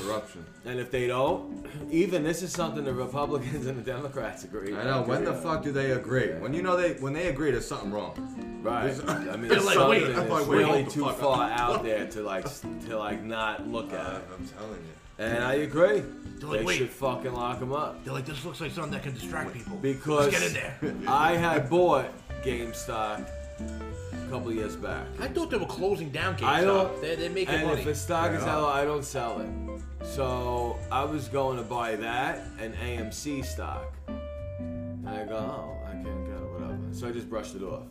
corruption.
And if they don't, even this is something the Republicans and the Democrats agree.
I know.
on,
When the
too.
fuck do they agree? When you know they when they agree, there's something wrong.
Right.
There's-
I mean,
They're
it's
like,
something
wait, I'm
that's
like, wait,
really
hold the
too
fuck
far out there to like s- to like not look at. it.
Uh, I'm telling you.
And I agree.
like,
they
wait.
should fucking lock them up.
They're like, this looks like something that can distract people.
Because
Let's get in there.
I had bought GameStop a couple years back.
I thought they were closing down GameStop.
I don't-
They're, they're making
And
money.
if a stock is
Yeah.
out, I don't sell it. So I was going to buy that and AMC stock. And I go, oh, I can't get it, whatever. So I just brushed it off.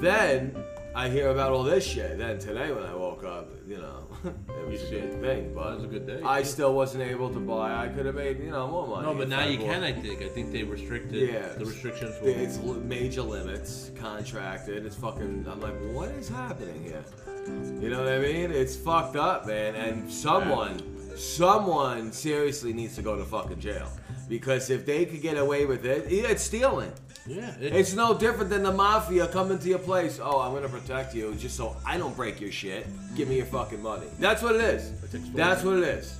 Then I hear about all this shit. Then today when I woke up, you know, it was a good thing. But
was a good day.
I still wasn't able to buy. I could have made, you know, more money.
No, but
if
Now
I
you
bought-
can, I think. I think they restricted
Yeah.
the restrictions. Were,
It's li- major limits, contracted. It's fucking. I'm like, what is happening here? You know what I mean? It's fucked up, man. And someone, someone seriously needs to go to fucking jail because if they could get away with it, yeah, it's stealing.
yeah,
It's no different than the mafia coming to your place. Oh, I'm gonna protect you just so I don't break your shit. Give me your fucking money. That's what it is. That's what it is.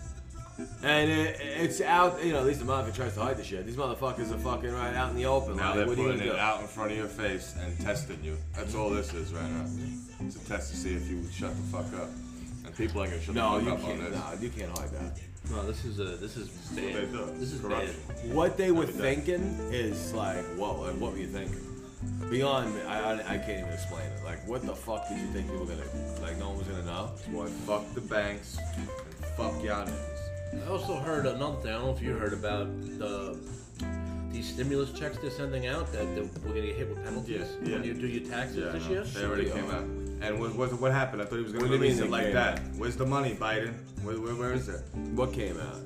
And it, it's out. You know, at least the mafia tries to hide the shit. These motherfuckers are fucking right out in the open.
Now
like,
they're
what are you
putting
gonna
it
do?
out in front of your face and testing you. That's all this is right now. It's a test to see if you would shut the fuck up. And people ain't gonna shut
No,
the
you
fuck up on
can't.
this.
No, you can't hide that.
no, this is a this is bad.
They do.
This is
corruption.
bad.
What they were thinking is like, whoa, and what were you thinking? Beyond, me, I, I, I can't even explain it. Like, what the fuck did you think you were gonna? Like, no one was gonna know.
Boy, fuck the banks and fuck y'all niggas.
I also heard another thing. I don't know if you heard about the these stimulus checks they're sending out that that we're gonna get hit with penalties
Yeah,
when
yeah.
you do your taxes
Yeah, I
this
know.
year.
they already came out. And what, what, what happened? I thought he was gonna
What do you
release
mean
it
they
like
came
that. Where's the money, Biden? Where, where, where is it?
What came out?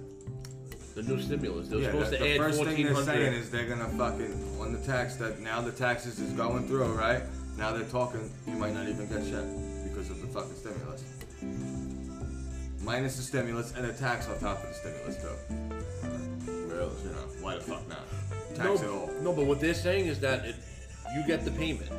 The new stimulus. They're
Yeah,
supposed
the,
to
the
add
first thing
fourteen
they're saying
hundred.
is they're gonna fucking on the tax that now the taxes is going through, right? Now they're talking. You might not even get shit because of the fucking stimulus. Minus the stimulus and the tax on top of the stimulus too.
Really?
You know why the fuck not?
no,
Tax it all.
no,
No, but what they're saying is that it, you get the payment.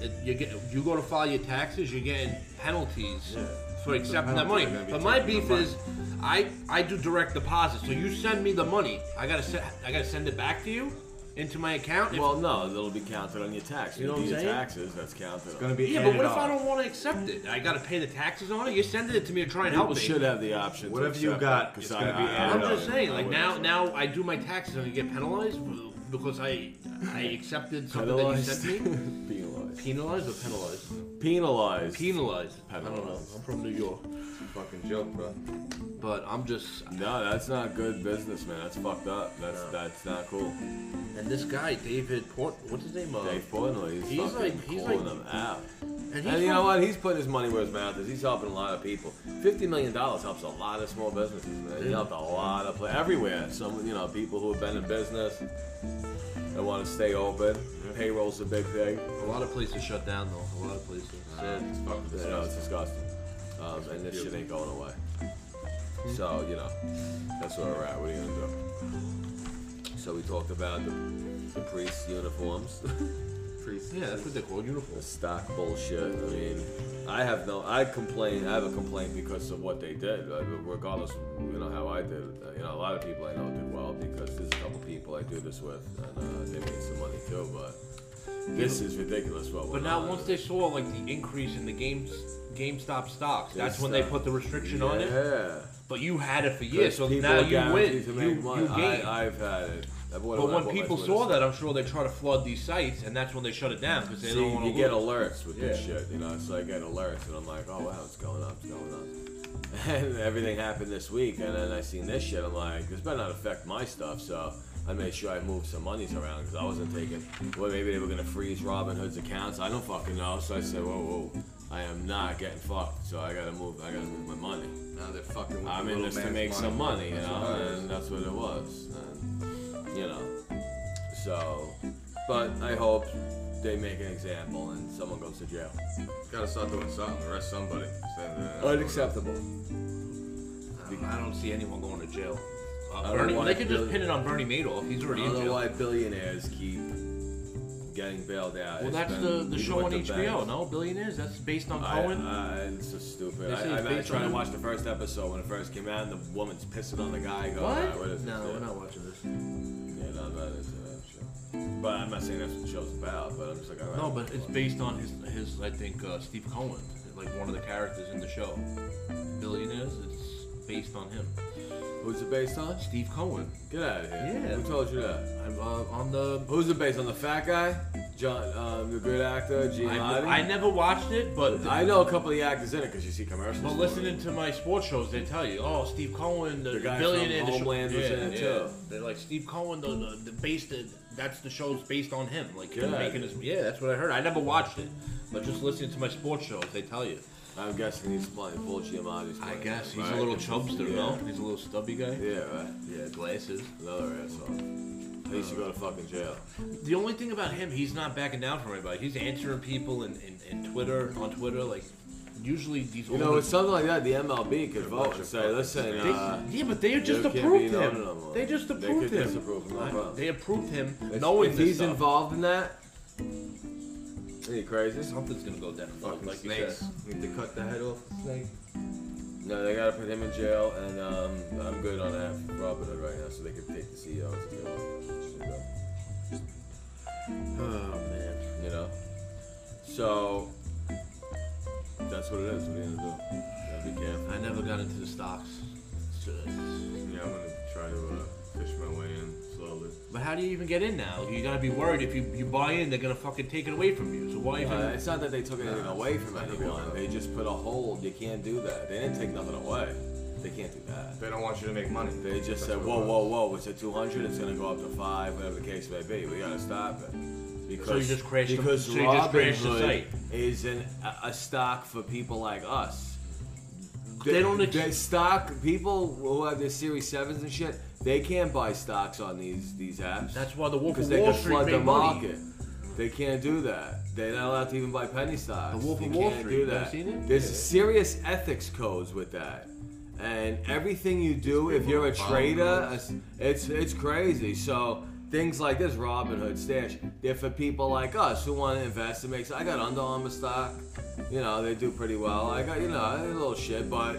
It, you get you go to file your taxes. You're getting penalties
Yeah.
for accepting that
penalty
money.
they're gonna be
But my
taking the
beef
money.
is, I I do direct deposit. So you send me the money. I gotta se- I gotta send it back to you into my account. If-
Well, no, it'll be counted on your tax.
You know
do
what I'm
your
saying?
taxes, that's counted.
Gonna be
yeah, but
added
what if
on.
I don't want to accept it? I gotta pay the taxes on it. You're sending it to me to try and help
People
me.
should have the option.
Whatever you got, it's gonna be
I'm
added
just
Yeah,
saying, like now, now I do my taxes and I get penalized because I, I accepted something
penalized.
that you sent me.
penalized.
Penalized or penalized?
Penalized.
Penalized. I don't know.
Penalized.
I'm from New York,
Fucking joke, bro.
but I'm just.
No, that's not good business, man. That's fucked up. That's that's not cool.
And this guy, David Port, what's his name? Uh,
Dave Portnoy, he's,
He's
fucking
like- he's
calling
like-
them out.
and
And you
from-
know what? He's putting his money where his mouth is. He's helping a lot of people. Fifty million dollars helps a lot of small businesses, man. He helped a lot of pla everywhere. Some you know people who have been in business that want to stay open. Payroll's a big thing.
A lot of places shut down though. A lot of places. Sad.
It's fucking
You know, it's
disgusting.
disgusting. Um, and this shit ain't going away.
Hmm.
So you know, that's where we're at. What are you gonna do? So we talked about the, the priest uniforms.
Yeah, that's what they call
the
uniforms.
stock bullshit. I mean, I have no. I complain. I have a complaint because of what they did. Like, regardless, of, you know how I did. Uh, you know, a lot of people I know did well because there's a couple people I do this with, and uh, they made some money too. But this is ridiculous. What
But now, once they saw like the increase in the games, GameStop stocks, that's when they
GameStop.
put the restriction
yeah.
on it.
Yeah.
But you had it for years, so
People
now
are
you win.
guaranteed to
You,
make
you
money.
gain.
I, I've had it. I bought it
but
I
when
bought my
people
Twitter
saw
stock.
that, I'm sure they try to flood these sites, and that's when they shut it down because they
See,
don't want
you
to
get alerts with this
Yeah.
shit, you know. So I get alerts, and I'm like, oh wow, it's going up, it's going up. And everything happened this week, and then I seen this shit. I'm like, this better not affect my stuff. So I made sure I moved some monies around because I wasn't taking. Well, maybe they were gonna freeze Robin Hood's accounts. I don't fucking know. So I said, whoa, whoa, I am not getting fucked. So I gotta move. I gotta move my money.
Now they're fucking with
I'm
the
in
little
this to
man's
make
money.
some money, you
That's
know,
what it is.
and that's what it was, and, you know. So, but I hope they make an example and someone goes to jail.
Gotta start doing something. Arrest somebody. Stand there.
Oh, I don't see anyone going to jail. Uh,
don't
Bernie,
know why
they could just
Billy-
pin it on Bernie Madoff. He's
I
already in
don't know
jail.
why billionaires keep getting bailed out.
Well,
It's
that's
been
the, the
leaving
show
with
on
the
HBO,
bank.
no? Billionaires? That's based on
I,
Cohen?
I, it's so stupid. I,
They say it's
I've been
based
trying
on-
to watch the first episode when it first came out, and the woman's pissing on the guy. I Go,
what?
"Nah, what is
no,
this?
we're
shit?"
not watching this.
Yeah, no, I'm not into that uh, shit. But I'm not saying that's what the show's about. But I'm just like, all right.
No, but it's based on his, his I think, uh, Steve Cohen, like one of the characters in the show. Billionaires, it's based on him.
who's it based on?
Steve Cohen.
Get out of here.
Yeah.
Who told you that?
I'm uh, on the.
Who's it based on? The fat guy, John, um, the good actor, Gene
I,
Lottie.
I never watched it, but
I know a couple of the actors in it because you see commercials.
But
for it.
listening to my sports shows, they tell you, oh, Steve Cohen, the,
The guy
billionaire,
from
the
Homeland was in it, too.
They're like Steve Cohen, the the, the based that's the show's based on him. Like him
Good.
making his yeah, that's what I heard. I never watched it, but just listening to my sports shows, they tell you.
I'm guessing he's playing Paul Giamatti's.
I
playing
guess
it,
he's
right?
a little chubster,
yeah.
no? He's a little stubby guy.
Yeah, right.
Yeah, glasses.
Another asshole. He should go to fucking jail.
The only thing about him, he's not backing down from anybody. He's answering people in, in, in Twitter on Twitter. Like usually these
You know,
older-
with something like that, the MLB could vote and say, listen,
They,
uh,
yeah, but they just
can't be
approved
known
him.
no more.
they just
They
approved
could
him.
disapprove him, no
I-
problem.
they approved him,
if,
knowing
if
this
he's
stuff.
involved in that, are you crazy?
Something's gonna go down.
Fucking
like you
snakes.
said.
Need to cut the head off the snake. No, they gotta put him in jail, and um, I'm good on that for Robert Hood right now, so they can take the E CEO. to jail.
Oh man.
You know, so that's what it is. What are you gonna do? Gotta be careful.
I never got into the stocks. So that's-
Yeah, I'm gonna try to uh, fish my way in slowly.
But how do you even get in now? You gotta be worried if you, you buy in, they're gonna fucking take it away from you. So why even?
Uh, it's not that they took anything away from anyone. They just put a hold. You can't do that. They didn't take nothing away. They can't do that.
They don't want you to make money.
They just said, whoa, whoa, whoa, it's at 200, it's going to go up to 5, whatever the case may be. We got to stop it. Because,
you just crashed the-
because
so you just crashed the
Robinhood
site.
is an, a, a stock for people like us.
They don't ex-
they- stock people who have their Series Sevens and shit. They can't buy stocks on these these apps
that's why the Wolf
because
of
they
Wall
can
Street
flood the
made money.
market. They can't do that. They're not allowed to even buy penny stocks.
The Wolf
They
of Wall
can't
Street,
do
you ever
that.
seen it?
There's
Yeah.
serious ethics codes with that, and everything you do, if you're a
follow
trader,
those.
it's it's crazy. So things like this, Robinhood stash, they're for people like us who want to invest and make. I got Under Armour stock. You know they do pretty well. I got you know a little shit, but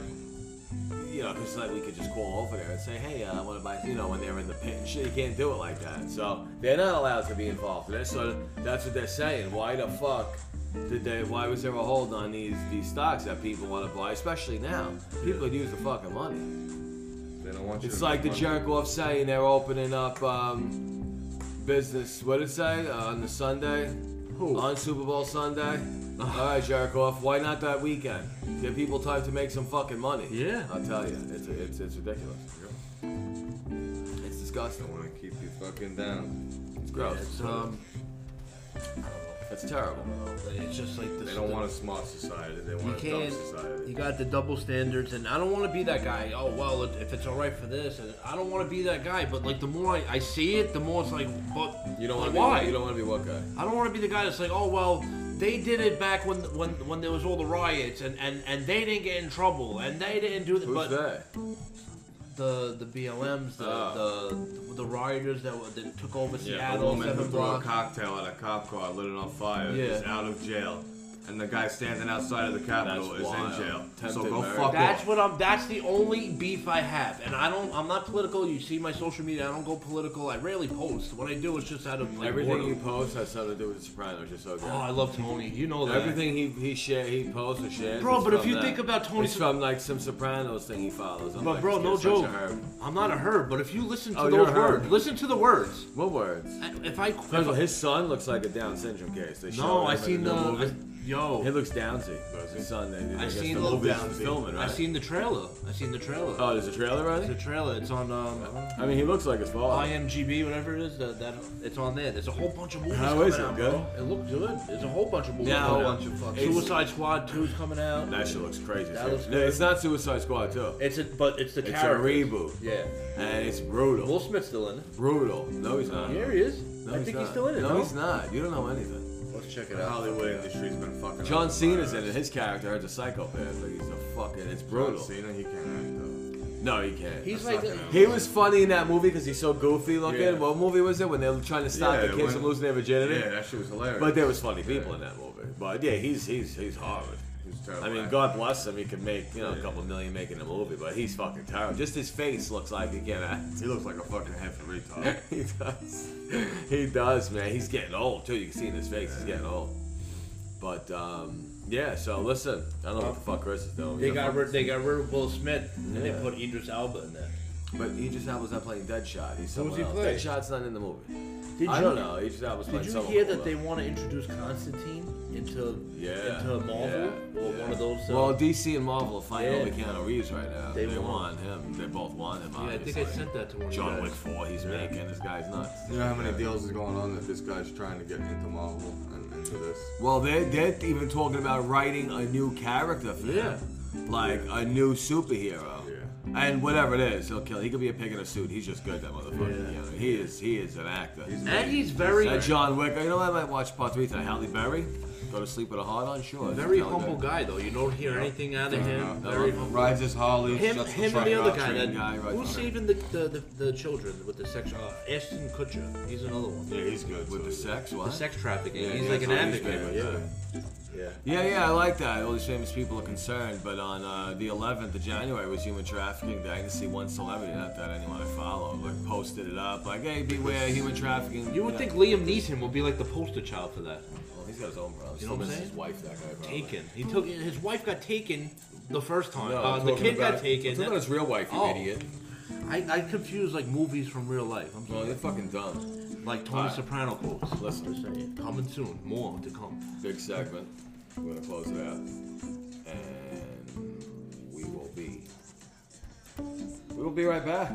you know, because like we could just call over there and say, hey, uh, I want to buy, you know, when they're in the pit and shit, you can't do it like that. So they're not allowed to be involved in this. So that's what they're saying. Why the fuck did they? Why was there a hold on these these stocks that people want to buy, especially now? People could use the fucking money.
They don't want you.
It's
to
like the
make money.
jerk off saying they're opening up um, business. What did it say uh, on the Sunday?
Who?
On Super Bowl Sunday. All right, Jarkoff. Why not that weekend? Give people time to make some fucking money.
Yeah.
I'll tell you, it's it's, it's ridiculous. It's disgusting.
They want to keep you fucking down.
It's gross.
It's, um,
It's terrible.
it's just like this.
They don't want a smart society. They
You
want a dumb
can't. You
society.
got the double standards, and I don't want to be that guy. Oh well, if- if it's all right for this, and I don't want to be that guy. But like, the more I, I see it, the more it's like, but
You don't
but
want to be.
why?
You don't want to be what guy?
I don't want to be the guy that's like, oh well, they did it back when when when there was all the riots, and and and they didn't get in trouble, and they didn't do
Who's
but
that? Ah.
the the BLMs, the the the rioters that were, that took over
Yeah, the
Seattle,
woman who
seven
threw a
blocks.
cocktail at a cop car, lit it on fire,
Yeah.
is out of jail, and the guy standing outside of the Capitol
That's
is
wild.
in jail. so
Attempted
go
murder.
fuck
That's
off.
what I'm. That's the only beef I have, and I don't. I'm not political. You see my social media. I don't go political. I rarely post. What I do is just out of like
Everything
boredom.
he posts has something to do with the Sopranos. You're so good.
Oh, I love Tony. You know that.
Everything he he share, he posts or shares.
Bro,
is
but if
from
you
that.
think about Tony
it's from like some Sopranos thing he follows. I'm
But
like,
bro,
this
no
kid's such a
joke.
herb.
I'm not a herb, but if you listen to
Oh, you're
those
a herb.
words, listen to the words.
What words?
I- If I
First of all, his son looks like a Down syndrome case. They
no,
showed
I
him in
seen the
new movie.
I- yo.
He looks Downsy. His son. They,
I
guess
seen
the
the
movie's
Downsy.
filming,
I
right?
seen the trailer. I seen the trailer.
Oh, there's a trailer
the
already.
trailer. It's on um,
I mean, he looks like his father.
IMGB, whatever it is. That, that it's on there. There's a whole bunch of movies.
How
coming
is it,
out,
good?
bro. It looked good. There's a whole bunch of movies.
Now-
coming
Whole
out.
bunch of fucking-
Suicide Squad 2 is coming out.
That shit looks crazy.
That
too.
looks
No,
good.
it's not Suicide Squad too.
It's a but it's the
It's a
character.
reboot,
Yeah.
and it's brutal.
Will Smith's still in it.
brutal. No, he's not.
Here he is.
No,
I
he's
think
not.
he's still in it.
No,
No,
he's not. You don't know anything.
Let's check it
The
out.
Hollywood industry's been fucking.
John
up.
Cena's in it. His character is a psychopath. Like he's a fucking. It's brutal.
John Cena, he can't act though.
No, he can't.
He's like,
That's not gonna-
He was funny in that movie because he's so goofy looking.
Yeah.
What movie was it when they were trying to stop
Yeah,
the kids
when-
from losing their virginity?
Yeah, that shit was hilarious.
But there was funny people in that movie. But yeah, he's he's he's horrid.
He was a terrible
I mean,
actor.
God bless him. He could make you know a
Yeah.
couple million making a movie, but he's fucking terrible. Just his face looks like he can't act.
He looks like a fucking half a retard.
He does. He does, man. He's getting old too. You can see in his face he's getting old. But um, yeah, so listen, I don't know what the fuck Chris is doing.
They
You know,
got rid. They got rid of Will Smith and
Yeah.
they put Idris Alba in there.
but Idris Elba's not playing Deadshot. He's someone
he
else.
play?
Deadshot's not in the movie.
Did
I
you-
don't know. Idris Elba's playing
Did you
someone
hear
cool,
that
though.
they want to introduce Constantine into
Yeah,
into Marvel
yeah,
or
yeah.
one of those? Uh,
Well, DC and Marvel are fighting
Yeah.
over Keanu Reeves right now. They,
They
want him. They both want him.
yeah, I think I
Obviously.
sent that to one of
John
you
Wick
guys.
4 he's making. This guy's nuts.
You know how many deals is going on that this guy's trying to get into Marvel and into this?
Well, they're, they're even talking about writing a new character for him. Like a new superhero.
Yeah.
And whatever it is, he'll kill. He could be a pig in a suit. He's just good, that motherfucker.
Yeah.
You know, he is he is an actor.
He's
And
made-
he's very
Uh, John Wick. You know, I might watch part three tonight. Halle Berry. Go to sleep with a heart on. Sure. it's
very
really
humble
good.
guy though. You don't hear anything out of him.
no,
Very
no.
humble.
rides his Harley.
Him,
shuts
him
the
and the
truck
other
up,
guy.
train
That,
guy, right,
who's
right.
saving the, the, the, the children with the sex? Uh, Ashton Kutcher. He's another one.
Yeah, he's good.
With the sex, what?
The sex trafficking.
Yeah,
he's
yeah,
like
so
an advocate.
bad,
yeah.
Yeah, yeah, I like that. All these famous people are concerned, but on uh, the 11th of January was Human Trafficking Day. I didn't see one celebrity, not that anyone I follow, like posted it up, like, "Hey, beware human trafficking."
You would
know.
think Liam Neeson would be like the poster child for that.
Well, he's got his own problems.
You know
Still
what I'm
misses
saying?
His wife, that guy. Probably.
Taken. He took his wife got taken the first time.
No, I'm
uh, the
talking
kid
about-
got
I'm
taken.
talking about his real wife, you
Oh.
idiot.
I, I confuse like movies from real life. I'm
Well, you're fucking dumb.
like Tony
Alright.
Soprano quotes.
Listen.
Just saying. Coming soon. More to come.
Big segment. We're gonna close it out, and we will be. We will be right back.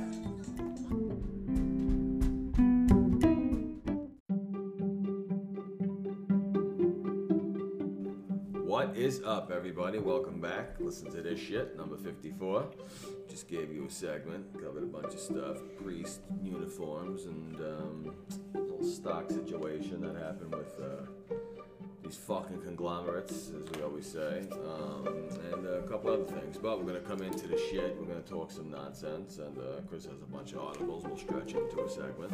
What is up, everybody? Welcome back. Listen to this shit, number 54. Just gave you a segment, covered a bunch of stuff priest uniforms and um, little stock situation that happened with uh, these fucking conglomerates, as we always say, um, and a couple other things. But we're gonna come into the shit. We're gonna talk some nonsense, and uh, Chris has a bunch of articles. We'll stretch into a segment.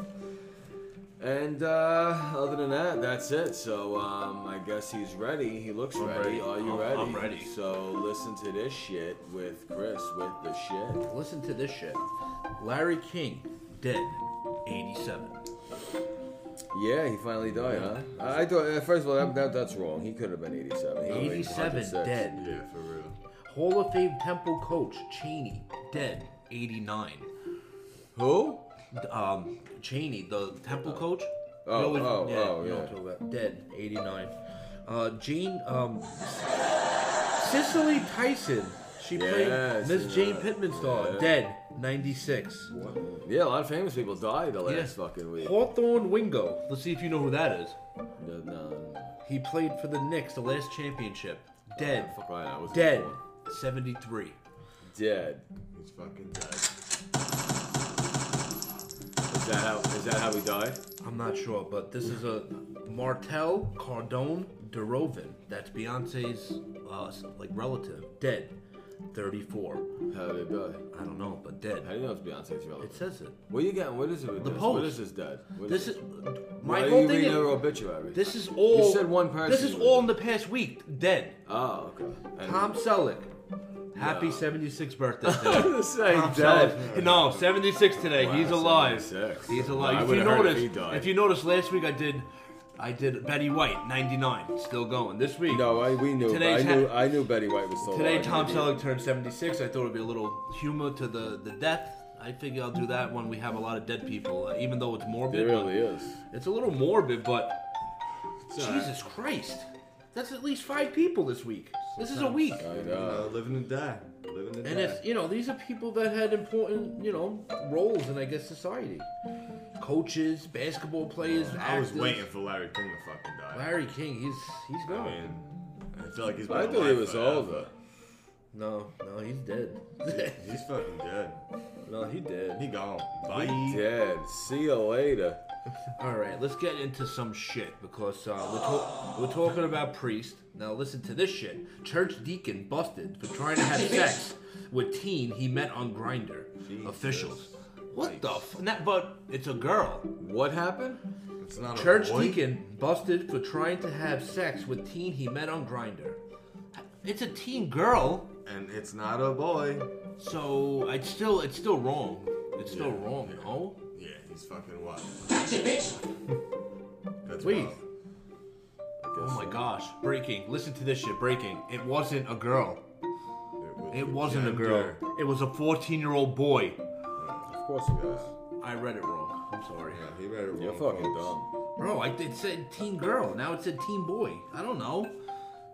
And uh, other than that, that's it. So um, I guess he's ready. He looks ready.
ready.
Are
I'm-
you ready?
I'm ready.
So listen to this shit with Chris with the shit.
Listen to this shit. Larry King, dead, 87.
Oh, Yeah, he finally died, huh? I I thought uh, first of all that, that that's wrong. He could have been 87. He was
87,
106.
dead.
Yeah, for real.
Hall of Fame Temple coach Cheney, dead, 89.
Who?
Um, Cheney, the Temple coach.
Oh,
You always-
oh, oh,
you know
yeah.
what I'm talking about. Dead, 89. Uh, Jane, um, Cicely Tyson. She
Yeah, I
played Miss
seen
Jane
that.
Pittman's daughter,
Yeah.
dead, 96.
Yeah, a lot of famous people died the last
Yes.
fucking week.
Hawthorne Wingo. Let's see if you know who that is.
No, no,
He played for the Knicks, the last championship. Dead.
fuck right now.
Dead. 73.
Dead.
He's fucking dead.
Is that how? Is that how we die?
I'm not sure, but this is a Martel Cardone DeRoven. That's Beyonce's uh, like relative. Dead. 34.
How did it die?
I don't know, but
How
dead.
do you know it's Beyonce's relative?
It says it.
what are you getting? What is it? With
The
this?
Post.
What is this dead? What
This
it?
is
Why
my
are
whole
you
thing.
reading her
Is,
obituary?
this is all.
said one
This
person
is
was
all
it.
in the past week. Dead.
Oh, okay. And-
Tom Selleck. Happy
No.
76th birthday.
I'm
today.
gonna say
Tom
dead.
Selleck. No, 76 today.
Wow,
He's alive.
76.
He's
I
alive. if you
would've heard if
notice,
he died.
if you notice, last week I did, I did Betty White, 99, still going. This week,
No, I, we knew.
Today's
I knew.
ha-
I knew Betty White was still
today
alive.
Tom Selleck turned 76. I thought it'd be a little humor to the the death. I figure I'll do that when we have a lot of dead people, uh, even though it's morbid.
It really
but-
is.
It's a little morbid, but
all right.
Jesus Christ, that's at least five people this week. This is a week.
I
Uh,
know.
living and die. Living and,
And
die.
it's you know these are people that had important you know roles in I guess society, coaches, basketball players.
I was
actors.
waiting Oh, for Larry King to fucking die.
Larry King, he's he's
I
gone.
mean, I feel like he's. Been
I thought he
alive
was
forever.
older.
No, no, he's dead.
He's fucking dead.
no, he dead.
He gone. Bye.
Dead. See you later.
All right, let's get into some shit because uh, we're, ta- we're talking about priest. Now listen to this shit. Church deacon busted for trying to have sex with teen he met on Grinder. Officials. What the? F- not, but it's a girl.
What happened?
It's not
Church
a boy.
deacon busted for trying to have sex with teen he met on Grinder. It's a teen girl,
and it's not a boy.
so it's still it's still wrong. It's still wrong. No.
Yeah, he's fucking wild.
bitch.
That's
Wait.
wild.
Oh my gosh! Breaking. Listen to this shit. Breaking. It wasn't a girl. It wasn't a girl.
gender.
It was a 14-year-old boy.
Of course it was.
I read it wrong. I'm sorry,
Yeah, he read it wrong.
You're fucking
folks.
dumb.
bro. I, it said teen girl. Now it said teen boy. I don't know.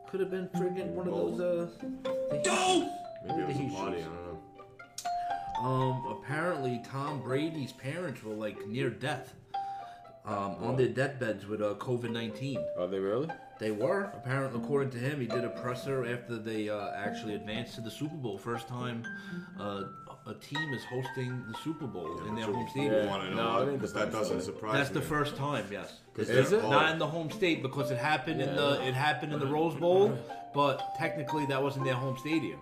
Could have been friggin' one of those. Uh,
No!
Maybe it was
He
a party. I
should-
don't know.
Um, apparently Tom Brady's parents were like near death. Um, on their deathbeds with uh, COVID nineteen.
Are they really?
They were apparently, according to him, he did a presser after they uh, actually advanced to the Super Bowl. First time uh, a team is hosting the Super Bowl in their home stadium.
I wanna
No,
know
I
that,
think
because
the
that
first
doesn't
one.
surprise
That's
me.
the first time, yes.
Is
It's
it?
not in the home state because it happened in the it happened in the Rose Bowl, but technically that wasn't their home stadium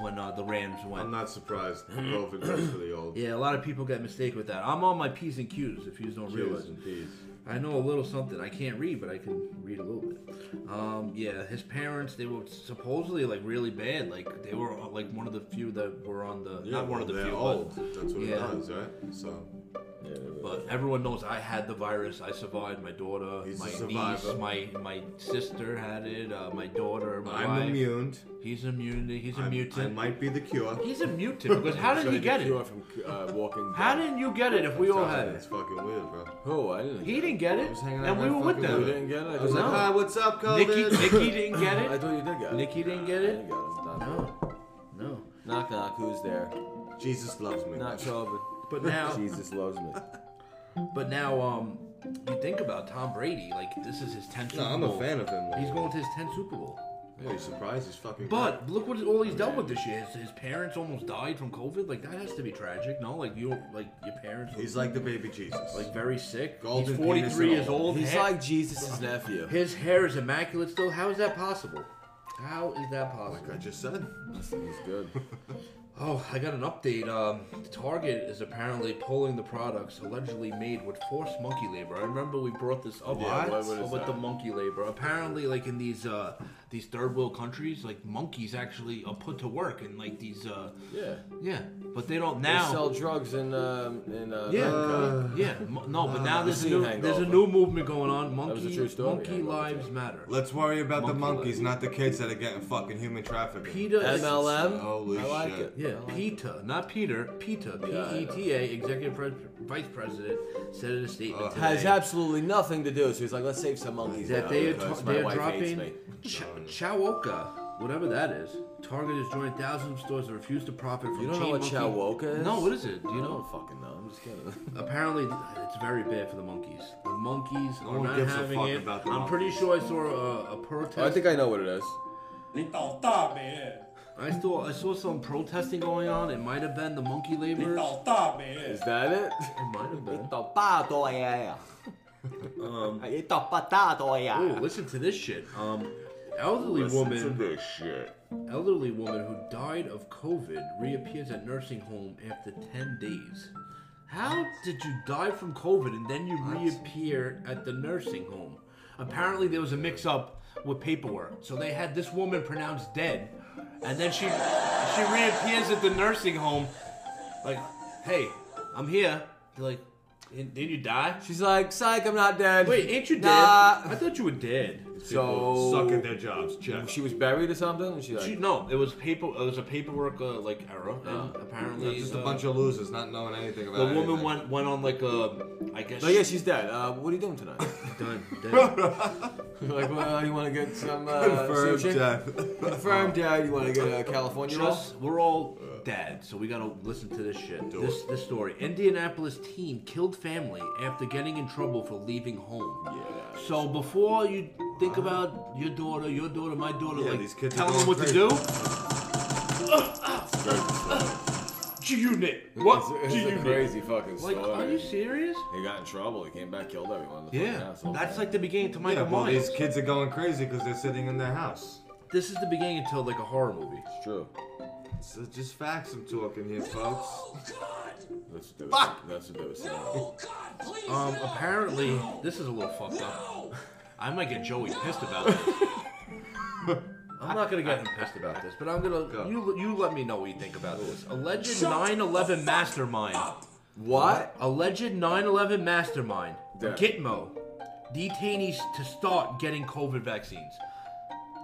when uh, the Rams went.
I'm not surprised. COVID goes for the old.
Yeah, a lot of people get mistaken with that. I'm on my p's and q's. If you don't realize,
Cheers and peace.
I know a little something. I can't read, but I can read a little bit. Um, yeah, his parents they were supposedly like really bad. Like they were uh, like one of the few that were on the
Yeah,
not one of the
they're
few,
old.
but,
That's what
Yeah.
it does, right? So
Yeah, they really.
but everyone knows I had the virus. I survived. My daughter,
He's a
my niece,
survivor.
my my sister had it. Uh, my daughter, my
I'm
wife.
immune.
He's immune. He's a
I'm- I
mutant.
might be the cure.
He's a mutant because how did
Trying
he
to
get
cure
it?
From, uh, walking
How
Dead.
didn't you get it if we all had
It's
it?
fucking weird, bro.
Who? Oh, I didn't.
He didn't get it,
was hanging out
and we
with
were with
fucking
You
Buddha.
didn't
them.
get it. I
I was
just-
like,
No.
hi, what's up, COVID?
Nikki, Nikki didn't get
I
it.
thought you did get it.
Nikki didn't get
I
it.
didn't get it. Not-
No, no.
Knock knock. Who's there?
Jesus loves me.
Not COVID.
But now,
Jesus loves me.
but now, um, you think about Tom Brady. Like this is his tenth.
No,
Super
I'm a
Bowl.
fan of him.
He's going to his tenth Super Bowl.
Yeah, you surprised? He's fucking.
But look what all he's dealt with this year. His, his parents almost died from COVID. Like that has to be tragic. No, like you, like your parents. were,
he's like the baby Jesus.
like very sick.
Golden
he's
penis and
43 years
all.
old.
He's
hair-
like Jesus' nephew.
his hair is immaculate still. How is that possible? How is that
like
possible?
I just said.
He's good.
Oh, I got an update. Um, Target is apparently pulling the products allegedly made with forced monkey labor. I remember we brought this up
Yeah, what- what is
with the
that?
monkey labor. Apparently, like in these uh, these third world countries, like monkeys actually are put to work in like these. Uh,
Yeah.
yeah, but they don't
They
now.
sell drugs in um in uh,
yeah,
America.
yeah. mo- No, but now there's a
seen
new
Hangover.
there's a new movement going on.
was a
Monkey,
true story,
monkey
Hangover,
lives
yeah.
matter.
Let's worry about the
Monkey
monkeys,
life.
not the kids that are getting fucking human trafficking.
Peter is-
MLM.
Holy
I like
shit.
it.
Yeah,
I like it.
PETA, not Peter, PETA, P
Yeah, I
E T A, Executive Pres Vice President, said in a statement today
Uh, Has absolutely nothing to do. So he's like, let's save some monkeys.
that
now
they are,
because
ta-
my
they are
wife hates me.
dropping Ch- Chawoka, whatever that is. Target is joining thousands of stores that refuse to profit from
You don't
chain
know what
monkey-
chawoka is?
No, what is it? Do
You
you
don't
know?
fucking know. I'm just kidding.
Apparently, it's very bad for the monkeys. The monkeys
No
are
one
not
gives a
having
fuck
it.
about the
I'm pretty
monkeys.
sure I saw a, a protest.
Oh, I think I know what it is.
你倒大霉，
I saw I saw some protesting going on. It might have been the monkey laborers. It
你倒大霉。
Is that it?
might have been.
Um,
Oh, listen to this shit. Um, elderly woman,
this shit.
elderly woman who died of COVID reappears at nursing home after ten days. How did you die from COVID and then you reappear at the nursing home? Apparently, there was a mix-up with paperwork, so they had this woman pronounced dead, and then she she reappears at the nursing home, like, "Hey, I'm here." They're like, "Didn't didn't you die?"
She's like, psych, I'm not dead.
Wait, ain't you dead?
Nah.
I thought you were dead.
So
Suck at their jobs, check.
She was buried or something. And she like,
She, no, it was paper. It was a paperwork uh, like error. and apparently,
Oh. Just
uh,
a bunch of losers not knowing anything about
the woman
anything.
went went on like a. I guess.
oh yeah, she's dead. Uh, what are you doing tonight?
done. dead.
like, well, you want to get some uh,
Confirmed
sushi?
death.
Confirmed dead. You want to get a California roll?
Just we're all dead, so we gotta listen to this shit.
Do
This this story. Indianapolis teen killed family after getting in trouble for leaving home.
Yeah.
So before you think about your daughter, your daughter, my daughter,
Uh-huh. Yeah,
like
these kids are
telling them
going
what to do,
crazy.
G-Unit.
It's, it's a crazy fucking
Like, are you
story.
serious?
He got in trouble. He came back, killed everyone. in The fucking
Yeah,
house.
That's like the beginning to Michael
Yeah, well,
Myers.
these kids are going crazy because they're sitting in their house.
This is the beginning until like a horror movie.
It's true.
So just facts I'm talking here, folks.
No, Oh, God!
That's what they were-
Fuck!
That's what they were saying.
No, God, please!
Um,
no,
apparently,
no,
this is a little fucked up.
No!
I might get Joey pissed about this. I'm not gonna get him pissed about this, but I'm gonna.
Go.
You you let me know what you think about this. Alleged
Shut
9/11 mastermind.
What?
Alleged 9/11 mastermind.
Yeah.
Gitmo. Detainees to start getting COVID vaccines.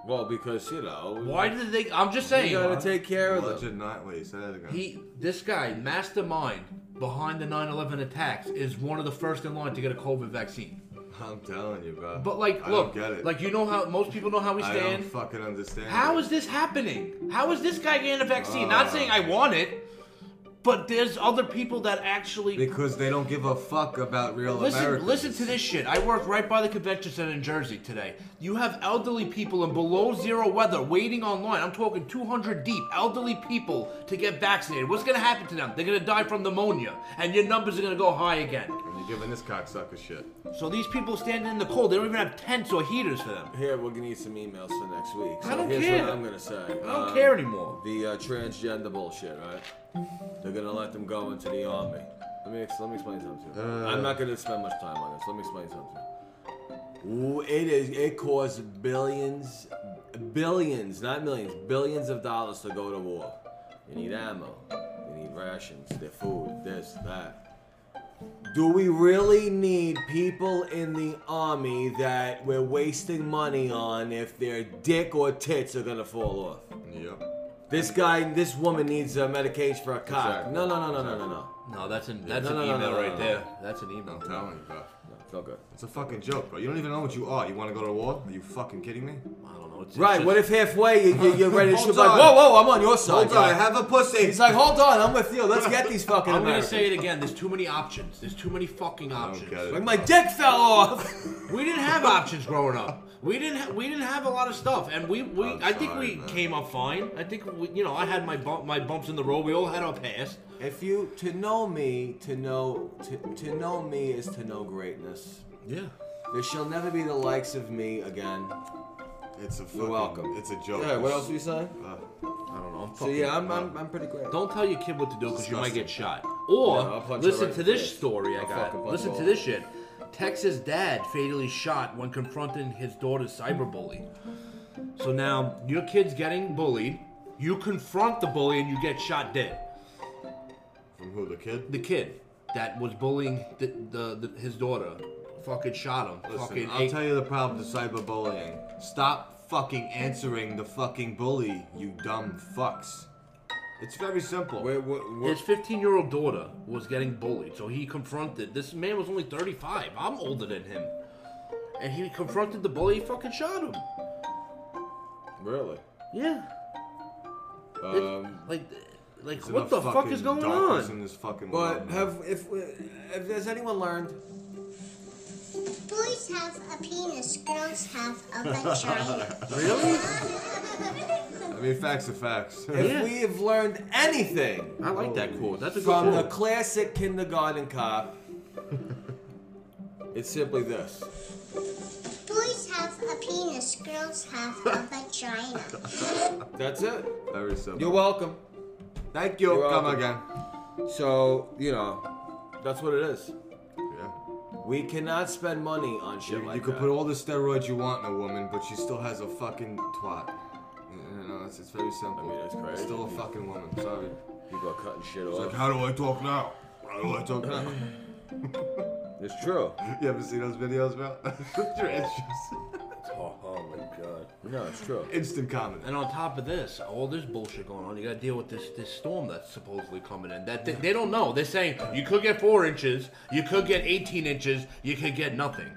Well, because you know.
Why did they? I'm just saying.
You gotta take care of them.
Legend night. Wait, say that again.
He, this guy, mastermind behind the 9/11 attacks, is one of the first in line to get a COVID vaccine.
I'm telling you, bro.
But like,
I
look,
don't get it.
like you know how most people know how we
I don't
stand.
fucking understand.
How
it.
is this happening? How is this guy getting a vaccine?
Uh,
Not saying I want it, but there's other people that actually.
Because they don't give a fuck about real
Listen,
Americans.
listen to this shit. I work right by the convention center in Jersey today. You have elderly people in below zero weather waiting online. I'm talking 200 deep, elderly people to get vaccinated. What's gonna happen to them? They're gonna die from pneumonia, and your numbers are gonna go high again.
And you're giving this cocksucker shit.
So these people standing in the cold, they don't even have tents or heaters for them.
Here, we're gonna need some emails for next week. So
I don't
here's
care.
what I'm gonna say.
I don't care anymore.
The uh, transgender bullshit, right? They're gonna let them go into the army. Let me ex- let me explain something. to you. I'm not gonna spend much time on this. Let me explain something. to you. Ooh, It is. It costs billions, billions, not millions, billions of dollars to go to war. They need ammo. They need rations. Their food. This, that. Do we really need people in the army that we're wasting money on if their dick or tits are gonna fall off?
Yep.
This guy, this woman needs a medication for a cock.
Exactly.
No, no, no, no, no, no, no.
No, that's an that's
No, no,
an
no,
email
no, no,
right
no.
there. That's an email.
I'm telling you, bro.
No, it's not good.
It's a fucking joke, bro. You don't even know what you are. You want to go to war? Are you fucking kidding me?
I don't know. It's,
Right,
it's
what if halfway you, you, you're ready to
Hold
shoot like,
on.
whoa, whoa, I'm on your side. guy."
a pussy.
He's like, hold on, I'm with you. Let's get these fucking
I'm gonna
Americans.
say it again. There's too many options. There's too many
Oh,
fucking options.
get it.
Like, my dick fell off.
We didn't have options growing up. We didn't ha- we didn't have a lot of stuff, and we, we
I'm
I think
sorry,
we
man.
came up fine. I think we, you know I had my bump, my bumps in the road. We all had our past.
if you, to know me, to know, to, to know me is to know greatness.
Yeah.
There shall never be the likes of me again.
It's a fucking.
You're welcome.
It's a joke.
Yeah, what else were you saying?
Uh,
I don't know. I'm
So
fucking,
yeah, I'm, I'm, I'm pretty great.
Don't tell your kid what to do because you might
Disgusting.
get shot. Or
Yeah, I'll punch her
listen
right
to
in the
this
face.
story I
I'll
got.
fucking punch
Listen
her
to
all.
this shit. Texas dad fatally shot when confronting his daughter's cyberbully. So now your kid's getting bullied. You confront the bully and you get shot dead.
from who? The kid?
The kid that was bullying the, the, the his daughter fucking shot him.
Listen,
fucking
I'll
ate-
tell you the problem with cyberbullying. Stop fucking answering the fucking bully, you dumb fucks. It's very simple.
Wait, what, what,
His 15 year old daughter was getting bullied, so he confronted. This man was only 35. I'm older than him. And he confronted the bully, he fucking shot him.
really?
Yeah. It-
Um,
like, like
There's
what
enough
the fuck is
fucking
going
darkness
on?
In this fucking
but
world, man.
have if, if has anyone learned?
Boys have a penis, girls have a vagina.
Really?
I mean, facts are facts.
If we have learned anything
I like that quote. That's a good
from the
quote.
classic kindergarten cop, it's simply this.
Boys have a penis, girls have a vagina.
That's it.
very simple.
You're welcome.
Thank you.
You're
Come
welcome.
again.
So you know, that's what it is.
Yeah.
We cannot spend money on shit
You,
like
you could
that.
put all the steroids you want in a woman, but she still has a fucking twat. You know, it's, it's very simple.
I mean, that's crazy.
Still a fucking woman. Sorry.
People are cutting shit
It's
off.
like, how do I talk now? How do I talk now?
it's true.
you ever see those videos, bro? They're instant-
Oh, oh my god.
No, it's true.
instant comedy.
And on top of this, all this bullshit going on, you gotta deal with this this storm that's supposedly coming in. That they, they don't know. They're saying you could get four inches, you could get 18 inches, you could get nothing.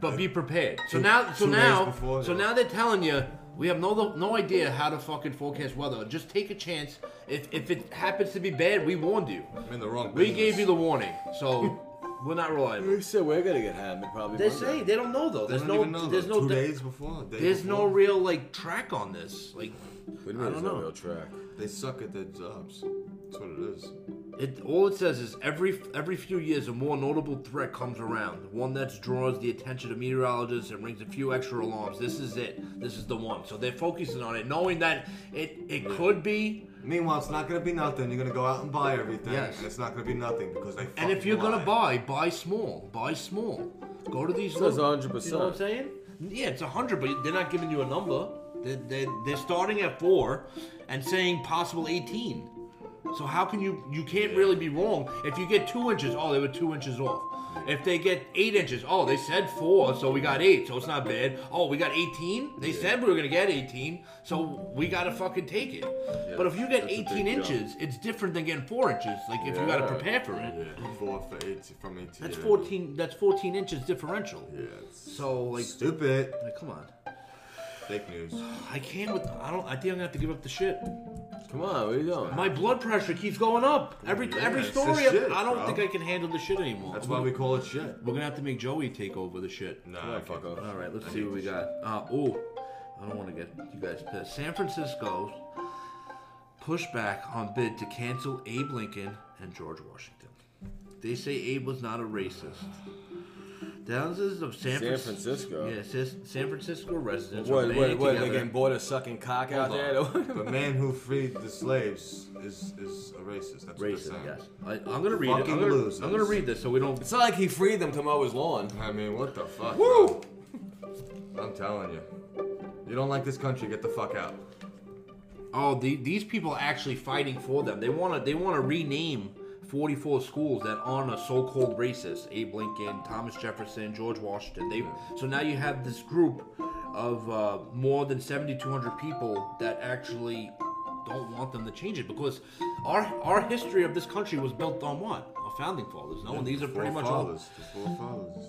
But be prepared. So
Two-
now, so
two days
now,
before,
so
yeah.
now they're telling you we have no no idea how to fucking forecast weather. Just take a chance. If if it happens to be bad, we warned you.
I'm in the wrong
We
business.
gave you the warning. So we're not reliable.
We said we're gonna get hammered probably.
They
Monday.
say they don't know though.
They
There's
don't
no,
even know,
there's
though.
no,
Two
di-
days before? a day
there's no
before?
real like track on this. Like,
What do you
I
mean
don't
there's no
know.
real track?
They suck at their jobs. That's what it is.
It all it says is every every few years a more notable threat comes around, one that draws the attention of meteorologists and rings a few extra alarms. This is it. This is the one. So they're focusing on it, knowing that it it could be.
Meanwhile, it's not gonna be nothing. You're gonna go out and buy everything.
Yes.
And it's not gonna be nothing because they.
And if
fucking
you're gonna
lie.
buy, buy small, buy small. Go to these.
That's
little-
100%.
You know what I'm saying? Yeah, it's hundred, but they're not giving you a number. They they they're starting at four, and saying possible eighteen. So how can you you can't really be wrong if you get two inches? Oh, they were two inches off. If they get eight inches, oh, they said four, so we got eight, so it's not bad. Oh, we got eighteen. They said we were gonna get eighteen, so we gotta fucking take it. but if you get
that's a big
eighteen
jump.
inches, it's different than getting four inches. Like if you gotta
Yeah.
prepare for it,
Four for eight from eighteen.
that's fourteen. That's fourteen inches differential.
Yeah. It's
So like,
stupid.
like, come on.
Fake news.
I can't with I don't I think I'm gonna have to give up the shit.
Come on, where you going?
My blood pressure keeps going up. Every
Yeah,
every
it's the
story
shit,
I don't
bro.
think I can handle the shit anymore.
That's why we call it shit.
We're gonna have to make Joey take over the shit.
Nah,
fuck
okay.
off.
All right, let's see what we got. Uh, oh, I don't want to get you guys pissed. San Francisco pushback on bid to cancel Abe Lincoln and George Washington. They say Abe was not a racist. Thousands of San,
San
Fran-
Francisco.
Yeah, Sis- San Francisco residents. are
What, what,
banding
what, they
together-
getting bored of sucking cock out
Hold
there?
The man who freed the slaves is is a racist. That's what
Racist,
they're
yes.
saying.
I, I'm gonna read it.
Fucking
I'm gonna,
losers.
I'm gonna read this so we don't.
it's not like he freed them to mow his lawn.
I mean, what the fuck?
Woo!
I'm telling you. You don't like this country, get the fuck out.
Oh, the, these people are actually fighting for them. They wanna they wanna rename 44 schools that aren't a so-called racist. Abe Lincoln, Thomas Jefferson, George Washington. They so now you have this group of uh, more than 7,200 people that actually don't want them to change it because our our history of this country was built on what? Our founding fathers. No, Oh, and these are
Four
pretty much all.
fathers. The four fathers.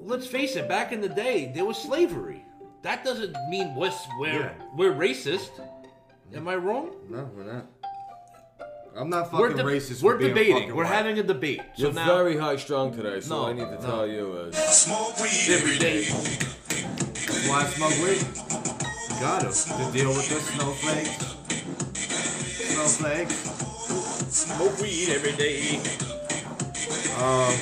let's face it, back in the day, there was slavery. That doesn't mean we're, we're,
Yeah.
we're racist. Am I wrong?
No, we're not. I'm not fucking
We're, de-
racist. for
we're
being
debating.
fucking
We're
white.
having a debate. So
You're
now,
very high strung today, so
No,
I need to
no.
tell you is.
Smoke weed every day.
Why smoke weed? Gotta. To deal with the snowflakes. Snowflakes.
Smoke weed every day.
Um,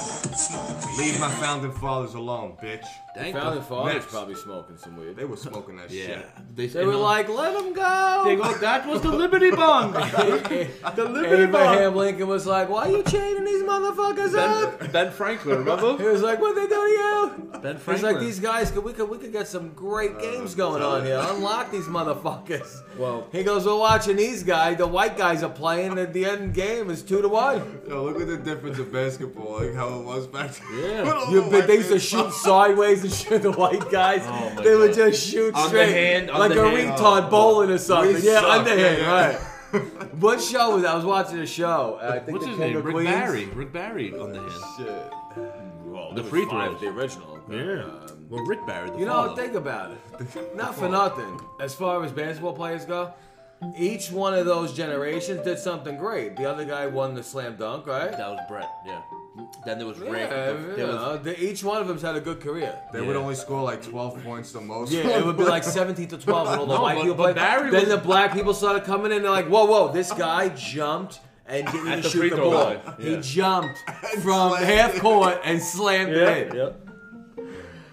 Leave my founding fathers alone, bitch.
Thank
Founding
God.
fathers
Next.
probably smoking some weed.
They were smoking that
Yeah.
shit.
They,
They were like, let him um, go.
they go, that was the Liberty Bond. the Liberty Bond.
Abraham Lincoln was like, why you chaining these motherfuckers up?
Ben, ben Franklin, remember?
He was like, what they do to you?
Ben
He's
Franklin. Uh,
like, these guys, could, we could we could get some great games going on here. Unlock these motherfuckers.
Well-
he goes, we're watching these guys. The white guys are playing. At the end game is two to one.
Yo, look at the difference of basketball, like how it was back then.
Yeah.
You, they used to shoot sideways and shoot the white guys.
Oh my
they would
God. Oh.
just shoot
On the
straight,
hand, on
like
the
a
hand.
retard bowling or something.
We
yeah,
suck.
underhand,
Yeah, yeah.
right? What show was I was watching a show? uh, I think
What's
the
his
King
name?
of
Rick
Queens.
Barry. Rick Barry on the hand.
Shit.
Well,
The there was free five, throws. the uh,
original.
well, Rick Barry, the
You know,
father.
think about it. Not for nothing. As far as basketball players go, each one of those generations did something great. The other guy won the slam dunk, right?
that was Brett, yeah. Then there was
Yeah,
Rick.
you
there was
know, the- each one of them's had a good career.
They would
Yeah.
only score like 12 points the most.
Yeah, it would be like 17 to 12 and all the
No,
white
but-
people
but
played.
Barry
then
was-
the black people started coming in. They're like, whoa, whoa, this guy jumped and didn't even
the
shoot
free
the
throw
ball.
line, yeah.
He jumped from half court and slammed it in.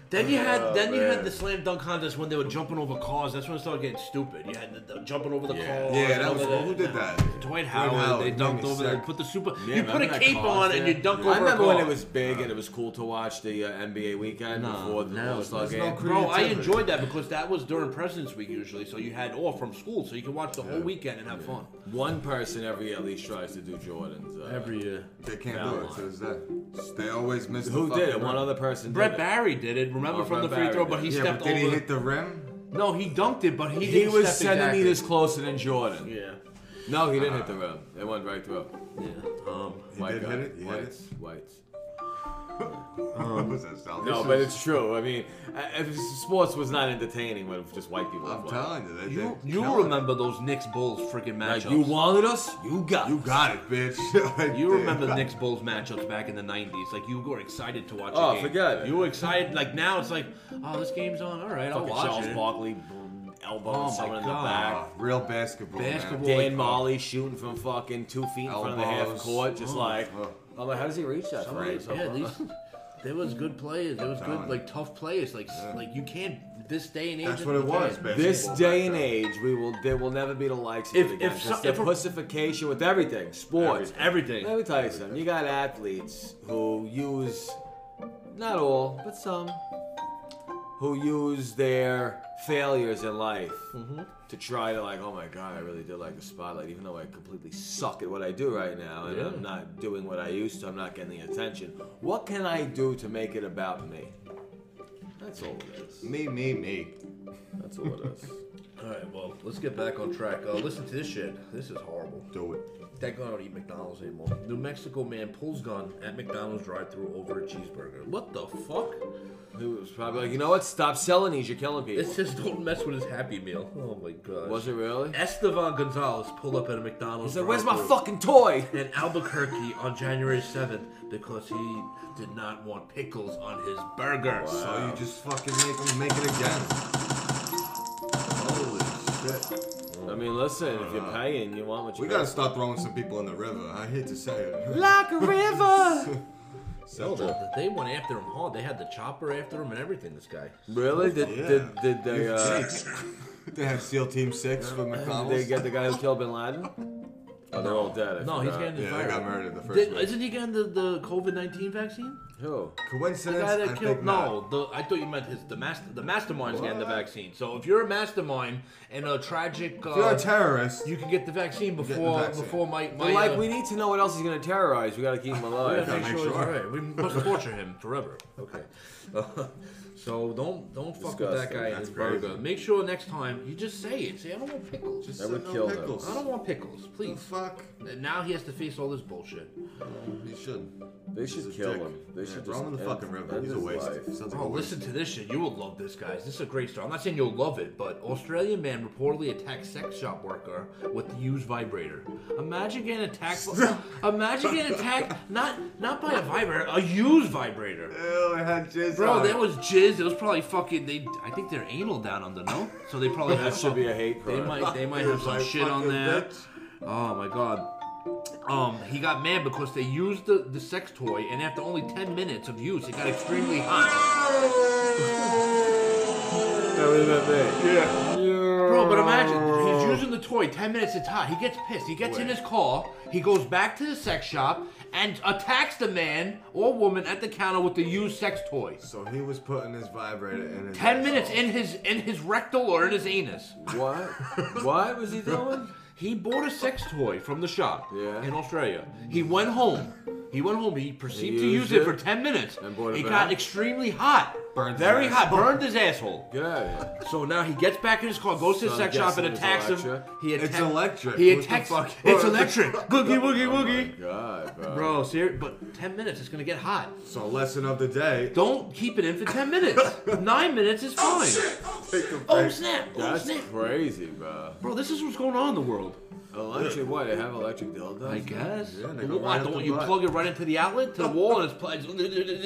Then you had then you had the slam dunk contest when they were jumping over cars. That's when it started getting stupid. You had the, the jumping over the cars.
Yeah, that
and all
was
of
who did that?
Dwight Howard.
Howard,
They
he
dunked
made me
over. They
sick.
put the super.
Yeah,
you put a
remember that
cape
cost,
on and
yeah.
you dunk over.
I remember
a car.
when it was big and it was cool to watch the uh, NBA weekend
No,
before the
no,
All-Star
there's no
game.
cre-
Bro, I
creativity.
enjoyed that because that was during President's Week usually, so you had off from school, so you could watch the whole weekend and have fun.
One person every year at least tries to do Jordan's. Uh,
year.
They can't do it. So is that? They always miss the
who
fucking
did it? One
rim.
other person.
Brett
did
Barry did it. Remember
Oh,
from
Brett
the free
Barry
throw,
did
but
it.
he
Yeah,
stepped
but did
over.
he hit the rim?
no, he dunked it, but he
It. He
didn't
was
step Uh-huh.
centimeters closer than Jordan.
Exactly.
No, he didn't hit the rim. It went right through.
Yeah. Yeah. Um,
He
White
did
guy.
hit it. He hit
Whites.
it.
Whites.
was that South?
No, but it's true. I mean, uh, if sports was not entertaining when it was just white people.
I'm
playing.
telling you, they,
you
they
you
kill it.
remember those Knicks Bulls freaking
Like,
matchups?
you wanted us, you got
You
us.
got it, bitch. Like,
You
damn.
remember the Knicks Bulls matchups back in the '90s? Like you were excited to watch. a
Oh,
game.
forget it.
You were excited. Like now, it's like, oh, this game's on. All right, I'll
Fucking
watch
Charles
it.
Barkley, elbowing
Oh,
someone
my
in the
God.
back.
Uh, real basketball. man.
Basketball. Boy,
Dan
oh.
Molly shooting from fucking two feet in front of the half
Elbows.
court, just like,
Oh.
I'm like, how does he reach that? far?
Right.
So uh,
Yeah,
far.
these there was good players. There was good
Talent.
like tough players. Like like you can't this day and age.
That's what it
you
was.
can't.
Basketball
This
back
day and
then.
age, we will there will never be the likes of
If-
it
if
again. It's
so-
the
if a-
pussification with everything, sports,
Everything.
Everything.
Let me tell you something. You got athletes who use, not all, but some, who use their failures in life to try to like, oh my god, I really did like the spotlight, even though I completely suck at what I do right now, and I'm not doing what I used to. I'm not getting the attention. What can I do to make it about me? That's all it is.
Me, me, me.
That's all it is.
All right, well let's get back on track. Uh, listen to this shit. This is horrible.
Do it.
Thank God I don't eat McDonald's anymore. New Mexico man pulls gun at McDonald's drive-through over a cheeseburger. What the fuck?
It was probably like, you know what? Stop selling these. You're killing people.
It says don't mess with his Happy Meal. Oh my god.
Was it really?
Estevan Gonzalez pulled up at a McDonald's.
He's like, where's my
drive-thru
fucking toy?
In Albuquerque on January 7th because he did not want pickles on his burger.
So you just fucking make them make it again. Holy shit.
I mean, listen, if you're paying, you want what you
We gotta start throwing some people in the river. I hate to say it.
like a river.
Hold
Central.
on. They went after him hard. They had the chopper after him and everything, this guy.
Really? Did did, did they uh,
they have SEAL Team Six for
did
McDonald's.
they get the guy who killed Bin Laden? Oh, they're all dead. I
No, he's
forgot.
getting his
yeah, they
virus.
got murdered the first
Did,
week.
isn't he getting the, the COVID 19 vaccine?
who?
The
Coincidence?
guy that
I
killed.
think not.
No, the, I thought you meant his the master the mastermind's getting the vaccine. So if you're a mastermind and a tragic,
If you're
uh,
a terrorist,
you can get the vaccine
the
before
vaccine.
before my my.
But like,
uh,
we need to know what else he's gonna terrorize. We gotta keep him
We
alive.
gotta make
make
sure he's
sure.
alright. We must torture him forever. Okay. Uh, so don't don't fuck with that
Disgusting.
guy and
That's
his burger.
crazy.
Make sure next time you just say it. Say I don't want pickles.
just
That would
no
kill them.
pickles.
I don't want pickles,
The
please.
fuck?
And now he has to face all this bullshit.
You should.
They should
He's a
kill
dick.
him. They
Yeah,
should
throw
just
him in the
end-
fucking river.
end
He's a
his
waste.
life.
Sounds like
Oh,
a waste.
listen to this shit. You will love this, guys. This is a great story. I'm not saying you'll love it, but Australian man reportedly attacked sex shop worker with the used vibrator. Imagine getting attacked. imagine getting attacked not not by a vibrator, a used vibrator.
Ew, it had jizz on
Bro,
it.
that was jizz. It was probably fucking. They, I think they're anal down on the no, so they probably have
That should
some-
be a hate
They
crime.
might, they might
You
have some
like
shit on
fucking
there.
bitch.
Oh my god. Um, he got mad because they used the, the sex toy, and after only ten minutes of use, it got extremely hot.
That would have been me.
Bro, but imagine he's using the toy. Ten minutes, it's hot. He gets pissed. He gets in his car. He goes back to the sex shop and attacks the man or woman at the counter with the used sex toy.
So he was putting his vibrator in his
Ten
asshole.
minutes in his in his rectal or in his anus.
What? What was he doing?
He bought a sex toy from the shop
Yeah.
in Australia. He went home. He went home. He perceived
He
to
used
use it,
it
for 10 minutes.
and bought it
it
back?
got extremely hot.
Burned his
Very hot.
asshole.
Burned his asshole.
Get out of here.
So now he gets back in his car, goes to his
So I'm
sex shop, and
guessing it's
attacks him.
electric?
He
It's
attack-
electric.
He
What the
attacks.
fuck?
It's electric. Googie woogie woogie.
Oh God, bro.
Bro, serious. But 10 minutes, it's gonna get hot.
So lesson of the day.
Don't keep it in for 10 minutes. Nine minutes is fine.
Take the
Oh,
face.
snap. Oh,
That's
snap.
crazy, bro.
Bro, this is what's going on in the world.
Electric, what? They have electric dildos?
I guess.
Yeah, they
But
go
why
right up
don't
the
you
butt.
plug it right into the outlet to the wall and it's plugged?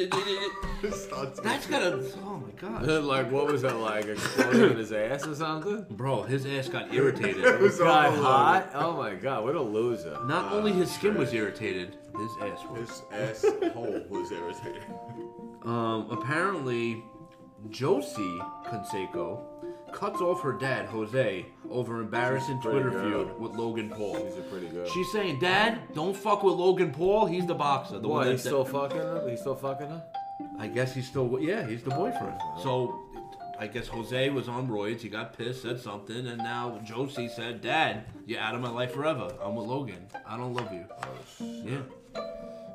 Starts-
That's gotta. Oh my gosh.
like, what was that like? Exploding in his ass or something?
Bro, his ass got irritated.
It's
Got
all
hot? Oh my god, what a loser.
Not only his skin was irritated, his ass
over.
was.
Ah, His asshole was irritated.
Um, apparently, Josie Canseco cuts off her dad, Jose, over embarrassing
pretty
Twitter
girl.
feud with Logan Paul.
She's a pretty girl.
She's saying, Dad, don't fuck with Logan Paul. He's the boxer. The one
what,
that-
he's still fucking her? He's still fucking her?
I guess he's still, yeah, he's the boyfriend. So, I guess Jose was on roids. He got pissed, said something, and now Josie said, "Dad, you're out of my life forever. I'm with Logan. I don't love you." Yeah.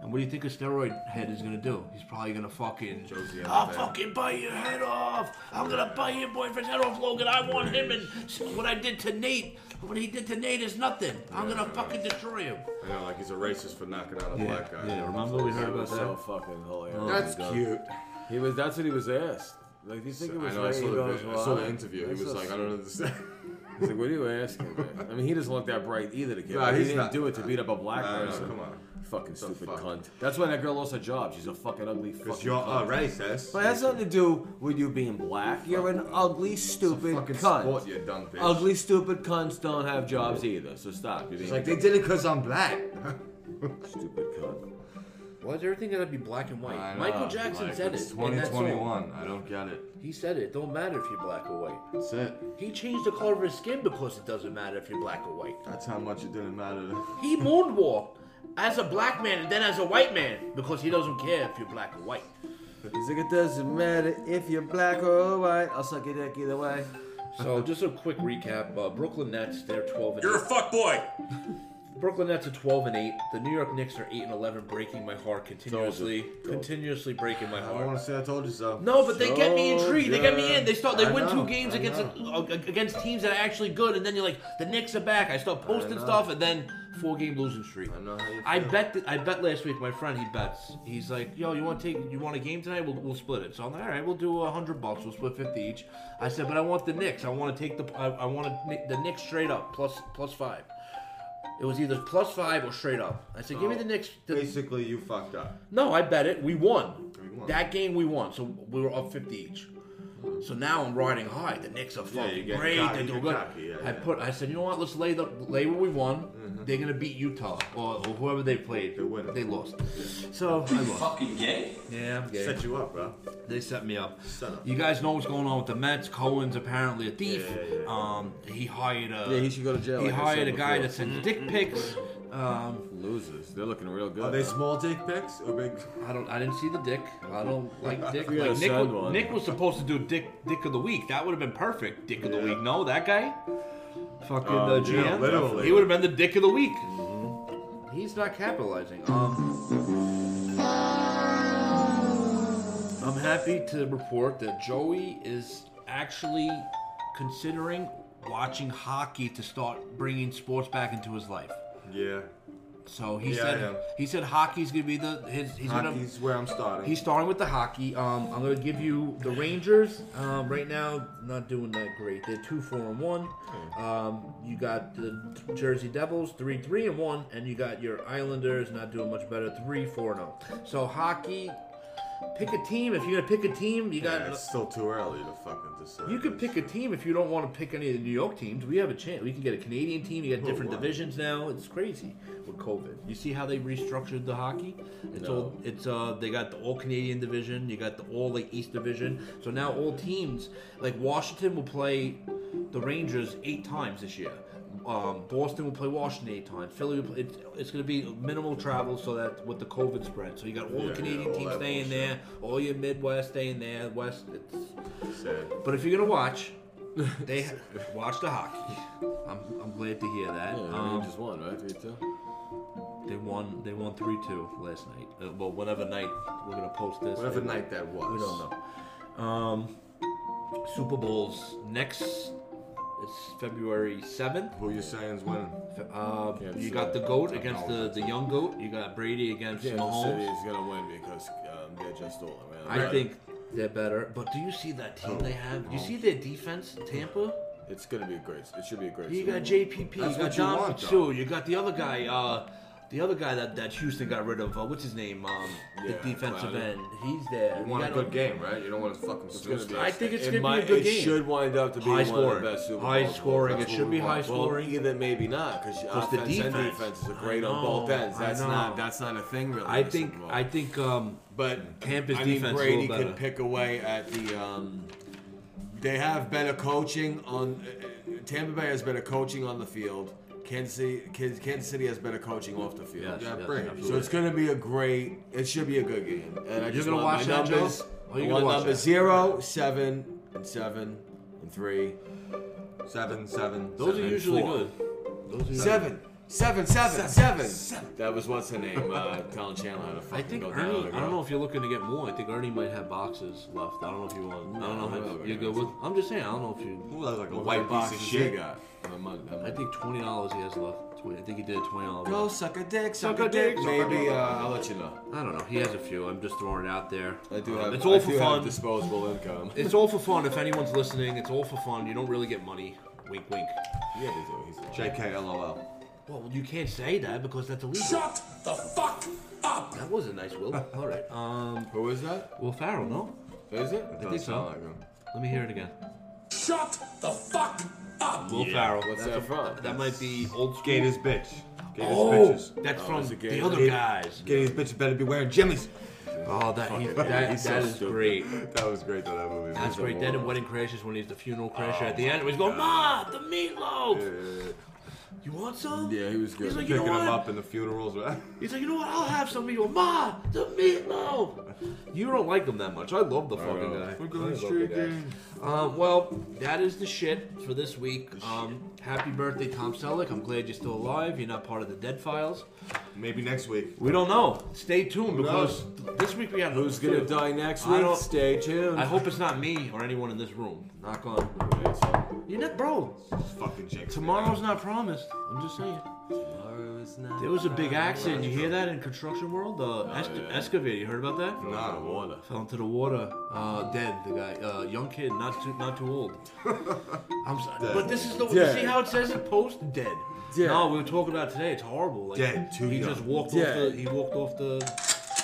And what do you think a steroid head is gonna do? He's probably gonna fucking.
Josie on
I'll
the bed.
fucking bite your head off. I'm gonna bite your boyfriend's head off, Logan. I want him, and what I did to Nate, what he did to Nate is nothing. I'm gonna fucking destroy him.
I know, like he's a racist for knocking out a black guy.
remember we
He was so fucking hilarious.
Oh, That's
Dumb.
cute.
He was, that's what he was asked. Like, do you think it was
I know. I
right?
saw,
He
the,
goes,
vid- I saw
"Why?"
the interview.
That's
He was
so
like, I don't understand.
It's like, what are you asking? Man? I mean, he doesn't look that bright either. To get
Nah,
he
he's
didn't
not-
do it to beat up a black
Nah, nah,
person.
come on.
fucking stupid
fuck?
cunt. That's why that girl lost her job. She's a fucking ugly fucking.
Because you're
cunt.
a racist.
But it has nothing to do with you being black. You're an ugly, stupid
fucking
cunt.
sport, you dumb bitch.
Ugly, stupid cunts don't have jobs either. So stop. You're being
It's like they did it because I'm black.
stupid cunt.
Why does everything gotta be black and white?
I
Michael
know,
Jackson
like,
said it.
it's
and that's all.
2021. I don't get it.
He said it. Don't matter if you're black or white.
That's it.
He changed the color of his skin because it doesn't matter if you're black or white.
That's how much it didn't matter. to-
He moonwalked as a black man and then as a white man because he doesn't care if you're black or white.
He's like, it doesn't matter if you're black or white. I'll suck your dick either way.
So just a quick recap: uh, Brooklyn Nets, they're 12 and
You're a
8.
fuck boy.
Brooklyn Nets are 12 and 8. The New York Knicks are 8 and 11, breaking my heart continuously, continuously breaking my
I want
heart.
to say I told you so.
No, but they get me intrigued. They get me in. They start. They
I
win
know,
two games
I
against uh, against teams that are actually good, and then you're like, the Knicks are back. I start posting
know.
stuff, and then four game losing streak.
I know how you
I
feel.
bet. That, I bet last week. My friend he bets. He's like, "Yo, you want to take? You want a game tonight? We'll, we'll split it." So I'm like, "All right, we'll do a hundred bucks. We'll split fifty each." I said, "But I want the Knicks. I want to take the. I, I want to, the Knicks straight up plus plus five. It was either plus five or straight up. I said, "Give
Oh.
me the Knicks." the-
Basically, you fucked up.
no, I bet it. We won.
We won.
That game we won. So we were up 50 each. So now I'm riding high. The Knicks are
Yeah, you
fucking
get
great.
cocky,
They're
you
doing
get
good.
cocky, yeah, Mm-hmm.
I
yeah.
put. I said, you know what? Let's lay the lay what we won. They're gonna beat Utah or, or whoever they played.
They're winning.
They lost. So I lost.
Fucking gay.
Yeah, I'm gay.
Set you up, bro.
They set me up.
Set up.
You guys know what's going on with the Mets. Cohen's apparently a thief.
Yeah, yeah, yeah.
Um, he hired a.
Yeah, he should go to jail,
He
like I said
hired a guy
before.
that sends dick pics.
Mm-hmm.
Um,
Losers. They're looking real good.
Are they small dick pics or big?
I don't. I didn't see the dick. I don't like dick.
gotta
Like Nick,
send
wa-
one.
Nick was supposed to do dick dick of the week. That would have been perfect. Dick of the
Yeah.
week. No, that guy. Fucking
Um,
uh,
yeah,
GM.
literally. Mm-hmm.
He would have been the dick of the week. He's not capitalizing. Um. I'm happy to report that Joey is actually considering watching hockey to start bringing sports back into his life.
Yeah.
So he
Yeah, I am.
said he said hockey's gonna be the his he's gonna
Hockey's where I'm starting.
He's starting with the hockey. Um, I'm gonna give you the Rangers. Um, right now, not doing that great. They're two, four, and one. Um, you got the Jersey Devils, three, three, and one, and you got your Islanders not doing much better, three, four, and zero. So hockey, pick a team. If you're gonna pick a team, you got.
yeah, it's still too early to fucking decide.
You could pick a team if you don't want to pick any of the New York teams. We have a chance. We can get a Canadian team. You got
Oh,
different
wow.
divisions now. It's crazy with COVID. You see how they restructured the hockey? It's all. It's uh. They got the all Canadian division. You got the all like East division. So now all teams like Washington will play the Rangers eight times this year. Um, Boston will play Washington eight times. Philly, will play, it's, it's going to be minimal travel so that with the COVID spread. So you got all
Yeah, yeah,
the Canadian
all
teams
that
staying
bullshit.
there, all your Midwest staying there, West. It's,
Sad.
but if you're gonna watch, they watch the hockey. I'm, I'm glad to hear that.
Yeah,
um,
you just won, right? 3 2?
they won they won three two last night. Uh, well, whatever night we're gonna post this.
Whatever
they-
night that was.
We don't know. Um, Super Bowls next. It's February seventh.
Who you saying's winning?
Uh,
Kansas
you got the
City.
goat against the, the young goat. You got Brady against
Kansas City
Mahomes.
is going to win because um, they're just all around.
I
Right. Oh.
think they're better. But do you see that team they have? Do you see their defense? Tampa.
It's going to be a great. It should be a great
You
Super
got
Bowl.
JPP.
That's
you
what
got
you
Dom
want, though.
Sue. You got the other guy. Uh, the other guy that, that Houston got rid of. Uh, what's his name? Um, the
Yeah,
defensive
Clowney.
end. He's there.
You
You
want a
got
good
a-
game, right? You don't want to fucking
It's gonna be
stupid.
a-
I think
it
it's gonna be a
might-
good game.
It should wind up to be
High
one
scoring.
of the best Super
High
Bowls.
scoring.
That's
It
what
should
we
be high
want.
Well,
scoring.
either maybe not because
Plus the
offense and
defense.
defenses are
I
great on
know,
both ends.
I
That's
know.
not that's not a thing really.
I
in the
think.
Super Bowl.
I think. Um,
but
Tampa's
I mean,
defense is a
Brady
little
can
better.
pick away at the. Um, they have better coaching on. Uh, uh, Tampa Bay has better coaching on the field. Kansas City, Kansas Kansas City has better coaching off the field.
Yes,
Yeah,
yes,
Brady.
absolutely.
So it's gonna be a great. It should be a good game. And I just
gonna
want my
watch that, Joe?
numbers.
Are you
I
gonna
want
watch
numbers
that?
zero, seven, and seven, and three,
Seven, seven.
those
Seven
are
and
usually
four.
good. Those are
seven, seven, seven, seven. That was what's her name? Uh, telling Chandler how to fucking
I think
go
Ernie.
down.
I don't know if you're looking to get more. I think Ernie might have boxes left. I don't know if you want. I don't know.
No,
how-
no, no,
you're
no,
good
no.
with. I'm just saying. I don't know if you.
Ooh, that was like a
white box of shit.
guy.
Got. I'm a mug- I'm a-
I think twenty dollars he has left. 20, I think he did a twenty dollars.
Go suck a dick, suck,
Suck
a
a
dick.
dick, suck a
Maybe
dick.
uh, I'll let you know.
I don't know. He has a few. I'm just throwing it out there.
I do
Um,
have.
It's all
I
for
do have
fun.
disposable income.
It's all for fun. If anyone's listening, it's all for fun. You don't really get money Wink, wink.
Yeah, he's a, he's a
JK, LOL.
Well, you can't say that because that's illegal.
Shut the fuck up!
That was a nice Will. All right. Um,
Who is that?
Will Farrell, no?
Is it?
I
Does sound
think so.
like him.
Let me hear it again.
Shut the fuck up!
Will Farrell.
What's that
That's
from?
That might be old school.
Gators bitch. Gators
Oh,
bitches.
that's
Oh,
from
it's a
the
Gator.
other
Gator-
guys.
Gators bitches better be wearing jimmies.
Oh, that, he, that,
He's so
that is
stupid.
great.
That was great though. That movie.
That's
He's a
great. Then in
moron.
Wedding Crashes, when he's the funeral crasher at the end, he's going, Ma, the meatloaf!
Yeah,
You want some?
Yeah, he was
He's
good.
like, you know
Picking him
what?
up in the funerals. right?
He's like, you know what? I'll have some. You go, Ma, the meatloaf! You don't like him that much. I love the fucking
know.
guy.
We're
I
going
love the
streaking.
guy. Um, well, that is the shit for this week. Um, happy birthday, Tom Selleck. I'm glad you're still alive. You're not part of the Dead Files.
Maybe next week.
We don't know. Stay tuned because
knows?
this week we have
Who's gonna die next
I
week?
don't-
Stay tuned.
I hope it's not me or anyone in this room. Knock on. You know, bro.
It's fucking Jake.
Tomorrow's not promised. I'm just saying. There was a big accident. You hear that in construction world? The es-
yeah.
excavator. You heard about that?
Nah, water.
Fell into the water. Uh, dead. The guy. Uh, young kid. Not too. Not too old. I'm sorry.
Dead.
But this is the.
Dead.
See how it says it? Post dead.
Dead.
No, we were talking about today. It's horrible. Like,
Dead, too
He
young.
just walked off.
Dead.
The, he walked off the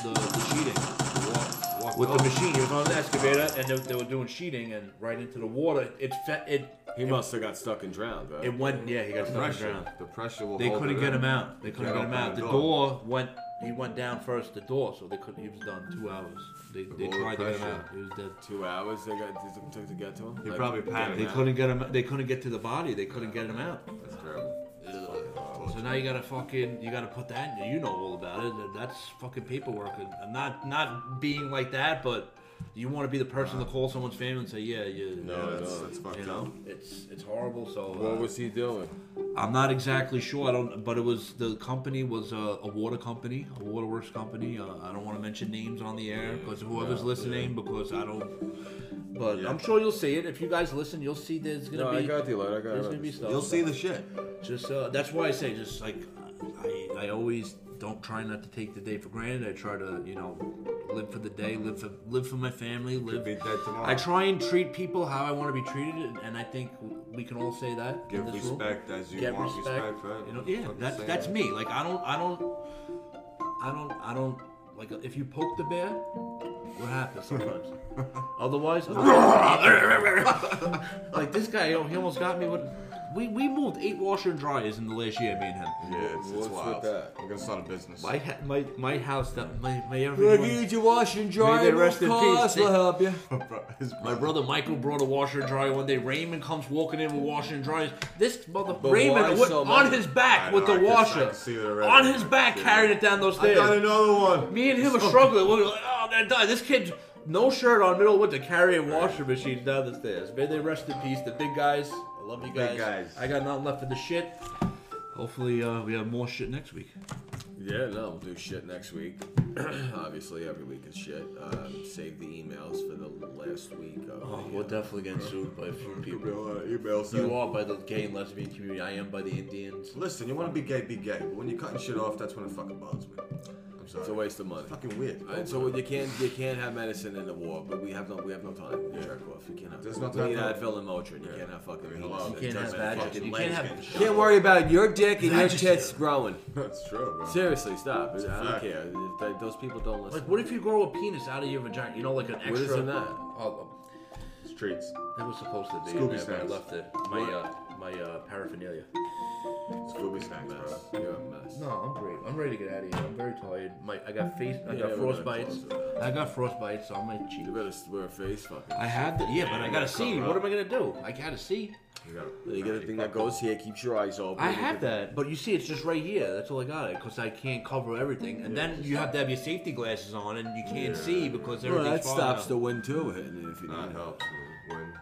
the, the sheeting. Walked, walked With the machine, he was on the excavator, and they, they were doing sheeting, and right into the water. It fe- it
He must have got stuck and drowned, right?
it went. Yeah, he got stuck in the
Pressure.
ground.
The pressure will.
They
hold
couldn't
it
get
in.
him out. They couldn't
Yeah,
get him
open
out.
the
The
door.
door went. He went down first. The door, so they couldn't. He was done two hours. They, they
all the
tried to get him
pressure.
out. He was dead.
Two hours they got it took to get to him.
He probably panicked.
They couldn't get him. They couldn't get to the body. They couldn't get him out.
That's terrible.
So now you gotta fucking. You gotta put that. in You know all about it. That- That's fucking paperwork. And I'm not not being like that, but you want to be the person to call someone's family and say, yeah, yeah.
No,
Yeah,
no,
that's, that's fucked
You
up.
know, it's it's horrible. So uh,
What was he doing?
I'm not exactly sure. I don't, but it was the company was a, a water company, a waterworks company. Uh, I don't want to mention names on the air because whoever's listening, because I don't. But I'm sure you'll see it. If you guys listen, you'll see there's gonna
No,
be
I got the light. I got
there's
it.
gonna be stuff.
You'll see the shit.
Just uh, that's why I say just like I I always don't try not to take the day for granted. I try to you know live for the day, live for live for my family, live.
be dead tomorrow.
I try and treat people how I want to be treated, and- and I think we can all say that. in
Give
this room
respect as you
get
want
respect.
respect. right?
You know,
That's
yeah,
fucking
that's
saying.
that's me. Like I don't, I don't, I don't, I don't. Like if you poke the bear, what happens sometimes? Otherwise, like this guy, he almost got me. With, we we moved eight washer and dryers in the last year, me and him.
Yeah, it's, it's
What's with
wild.
that?
We're gonna start a business.
My ha- my my house that my my
Look,
everyone.
you your wash and dry.
May they rest in peace.
Cost will help you.
His
My brother Michael brought a washer and dryer one day. Raymond comes walking in with washer and dryers. This mother
But why
Raymond went
so
on
many?
his back
I know,
with the
I can- I
washer
can see it already.
on his back,
Yeah.
carried it down those
I
stairs.
got another one.
Me and him are struggling. We're like, oh, that died. This kid, no shirt on, middle of winter, carrying washer machines down the stairs. May they rest in peace. The big guys, I love you guys.
Big guys.
I got nothing left for the shit. Hopefully, uh, we have more shit next week.
Yeah, no, we'll do shit next week. Obviously, every week is shit. Um, save the emails for the last week. Of
Oh,
the,
we're
uh,
definitely getting sued by a few
Email,
people.
uh, email
You
sent.
are by the gay and lesbian community. I am by the Indians.
Listen, you want to be gay, be gay. But when you're cutting shit off, that's when it fucking bugs me. I'm sorry.
It's a waste of money.
fucking weird.
All right, so you can't you can't have medicine in the war, but we have no we have no time. to Jerk off. We can't have.
There's
we
no
need
time for-
Advil and Motrin. You can't have fucking.
mean,
penis.
hello.
You
It
can't have
doesn't
magic.
fuck your
You can't
legs
have.
getting shot.
Can't worry about it. Your dick and your
That's
tits
it.
growing.
That's true, bro.
Seriously, stop. I don't
fact.
care. If they- Those people don't listen.
Like, what if you grow a penis out of your vagina? You know, like an extra.
What is in that?
Oh,
It's treats.
that was supposed to be. in
Scooby
there, but I
snacks.
left it. My uh, my uh, paraphernalia.
Scooby snacks, bro.
You're a mess.
No, I'm great. I'm ready to get out of here. I'm very tired. My, I got face. I
Yeah,
got
we're gonna
frostbites.
close
I got frostbites on my cheek.
You better wear a face fucking.
I had the yeah, but I
you
gotta
gotta
see.
cover
What
up.
am I gonna do? I gotta see.
You got
You get a thing that goes here, keeps your eyes open.
I have that, but you see, it's just right here. That's all I got because I can't cover everything. And then you have to have your safety glasses on, and you can't see because
Well,
everything's
that
far
stops the
enough.
wind too hitting it if you
That
need help.
helps. uh, When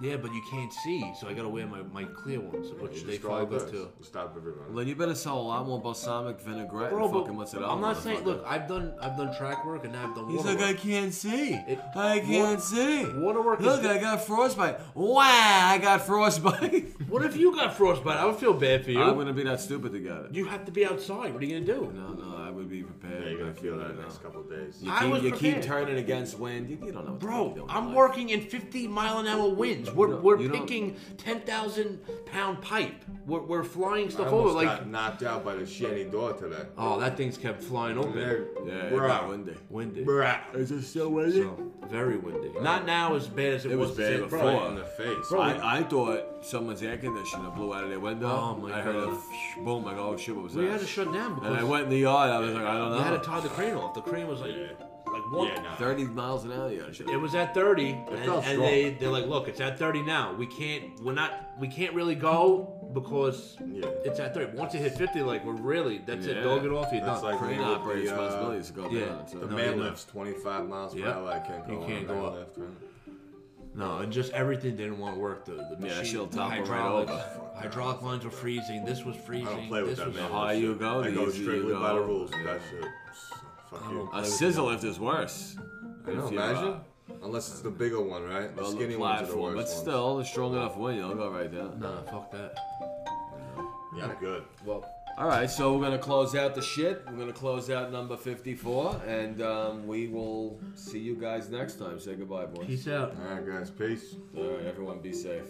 Yeah, but you can't see, so I gotta wear my, my clear ones, which they fly good too.
You stop everyone.
Well, you better sell a lot more balsamic vinaigrette
Bro,
and
but
fucking what's it
I'm not saying. Look, I've done I've done track work, and now I've done
He's
water
like, I
work.
can't see.
It-
I can't
wa-
see.
waterwork is
Look,
di-
I got frostbite. Wow, I got frostbite.
What if you got frostbite? I would feel bad for you.
I wouldn't be that stupid to get it.
You have to be outside. What are you gonna do?
No, no, I would be prepared.
Yeah, you're gonna
but
feel
you
that
know.
next couple of days.
You
I
keep,
was
you keep
prepared.
turning against wind. You, you don't know what the fuck you're
Bro,
doing in
I'm
life.
working in 50 mile an hour wins. We're, we're
you don't-
picking 10,000 pound pipe. We're, we're flying
I
stuff over.
almost
Like,
got knocked out by the shitty door today.
oh, that thing's kept flying open.
Yeah,
Bruh.
it got windy.
Windy.
Bruh.
Is it still windy?
So, very windy. Not now as bad as it,
It
was,
was
the day
bad,
before.
bro.
Right in the face.
I, I thought someone's air conditioner blew out of their window.
Oh, my
I heard a
God.
psh, boom. I go, oh shit, what was
We
that?
had to shut down because
and I went in the yard. I was like, I don't know.
we had to tie the crane off. The crane was like, like one.
Yeah, nah.
30 miles an hour. You gotta shut
It was at 30, and,
felt
and they they're like, look, it's at 30 now. We can't, we're not, we can't really go because
Yeah.
it's at 30. Once it hit 50, like we're really, that's it.
Yeah.
Dog it off, you're
That's
done.
like
Crane
when we
operates
did the, uh,
responsibilities to go
yeah.
down. So
The
No,
man
you
lifts 25 miles per
Yep.
hour. I can't go
You
on
can't
the
go
man
up.
lift, right?
no, and just everything didn't want to work. The, the machine,
she'll
the
topple right
hydraulics,
over.
hydrauc lines were freezing. This was freezing.
play with
this
that,
was
man.
the higher you go,
I
the
go
easier you
strictly
go.
by the rules. That shit. Fuck you.
A sizzle lift is worse.
I know,
If you're, uh,
imagine. Unless it's the bigger one, right? The
on the
skinny ones are the
platform,
worst
but
ones.
still, the strong enough wind, you'll go right down.
Nah, fuck that.
Yeah, good.
Well,
All right, so we're gonna close out the shit. We're gonna close out number fifty-four, and um, we will see you guys next time. Say goodbye, boys.
peace out.
All right, guys. Peace.
All right, everyone, be safe.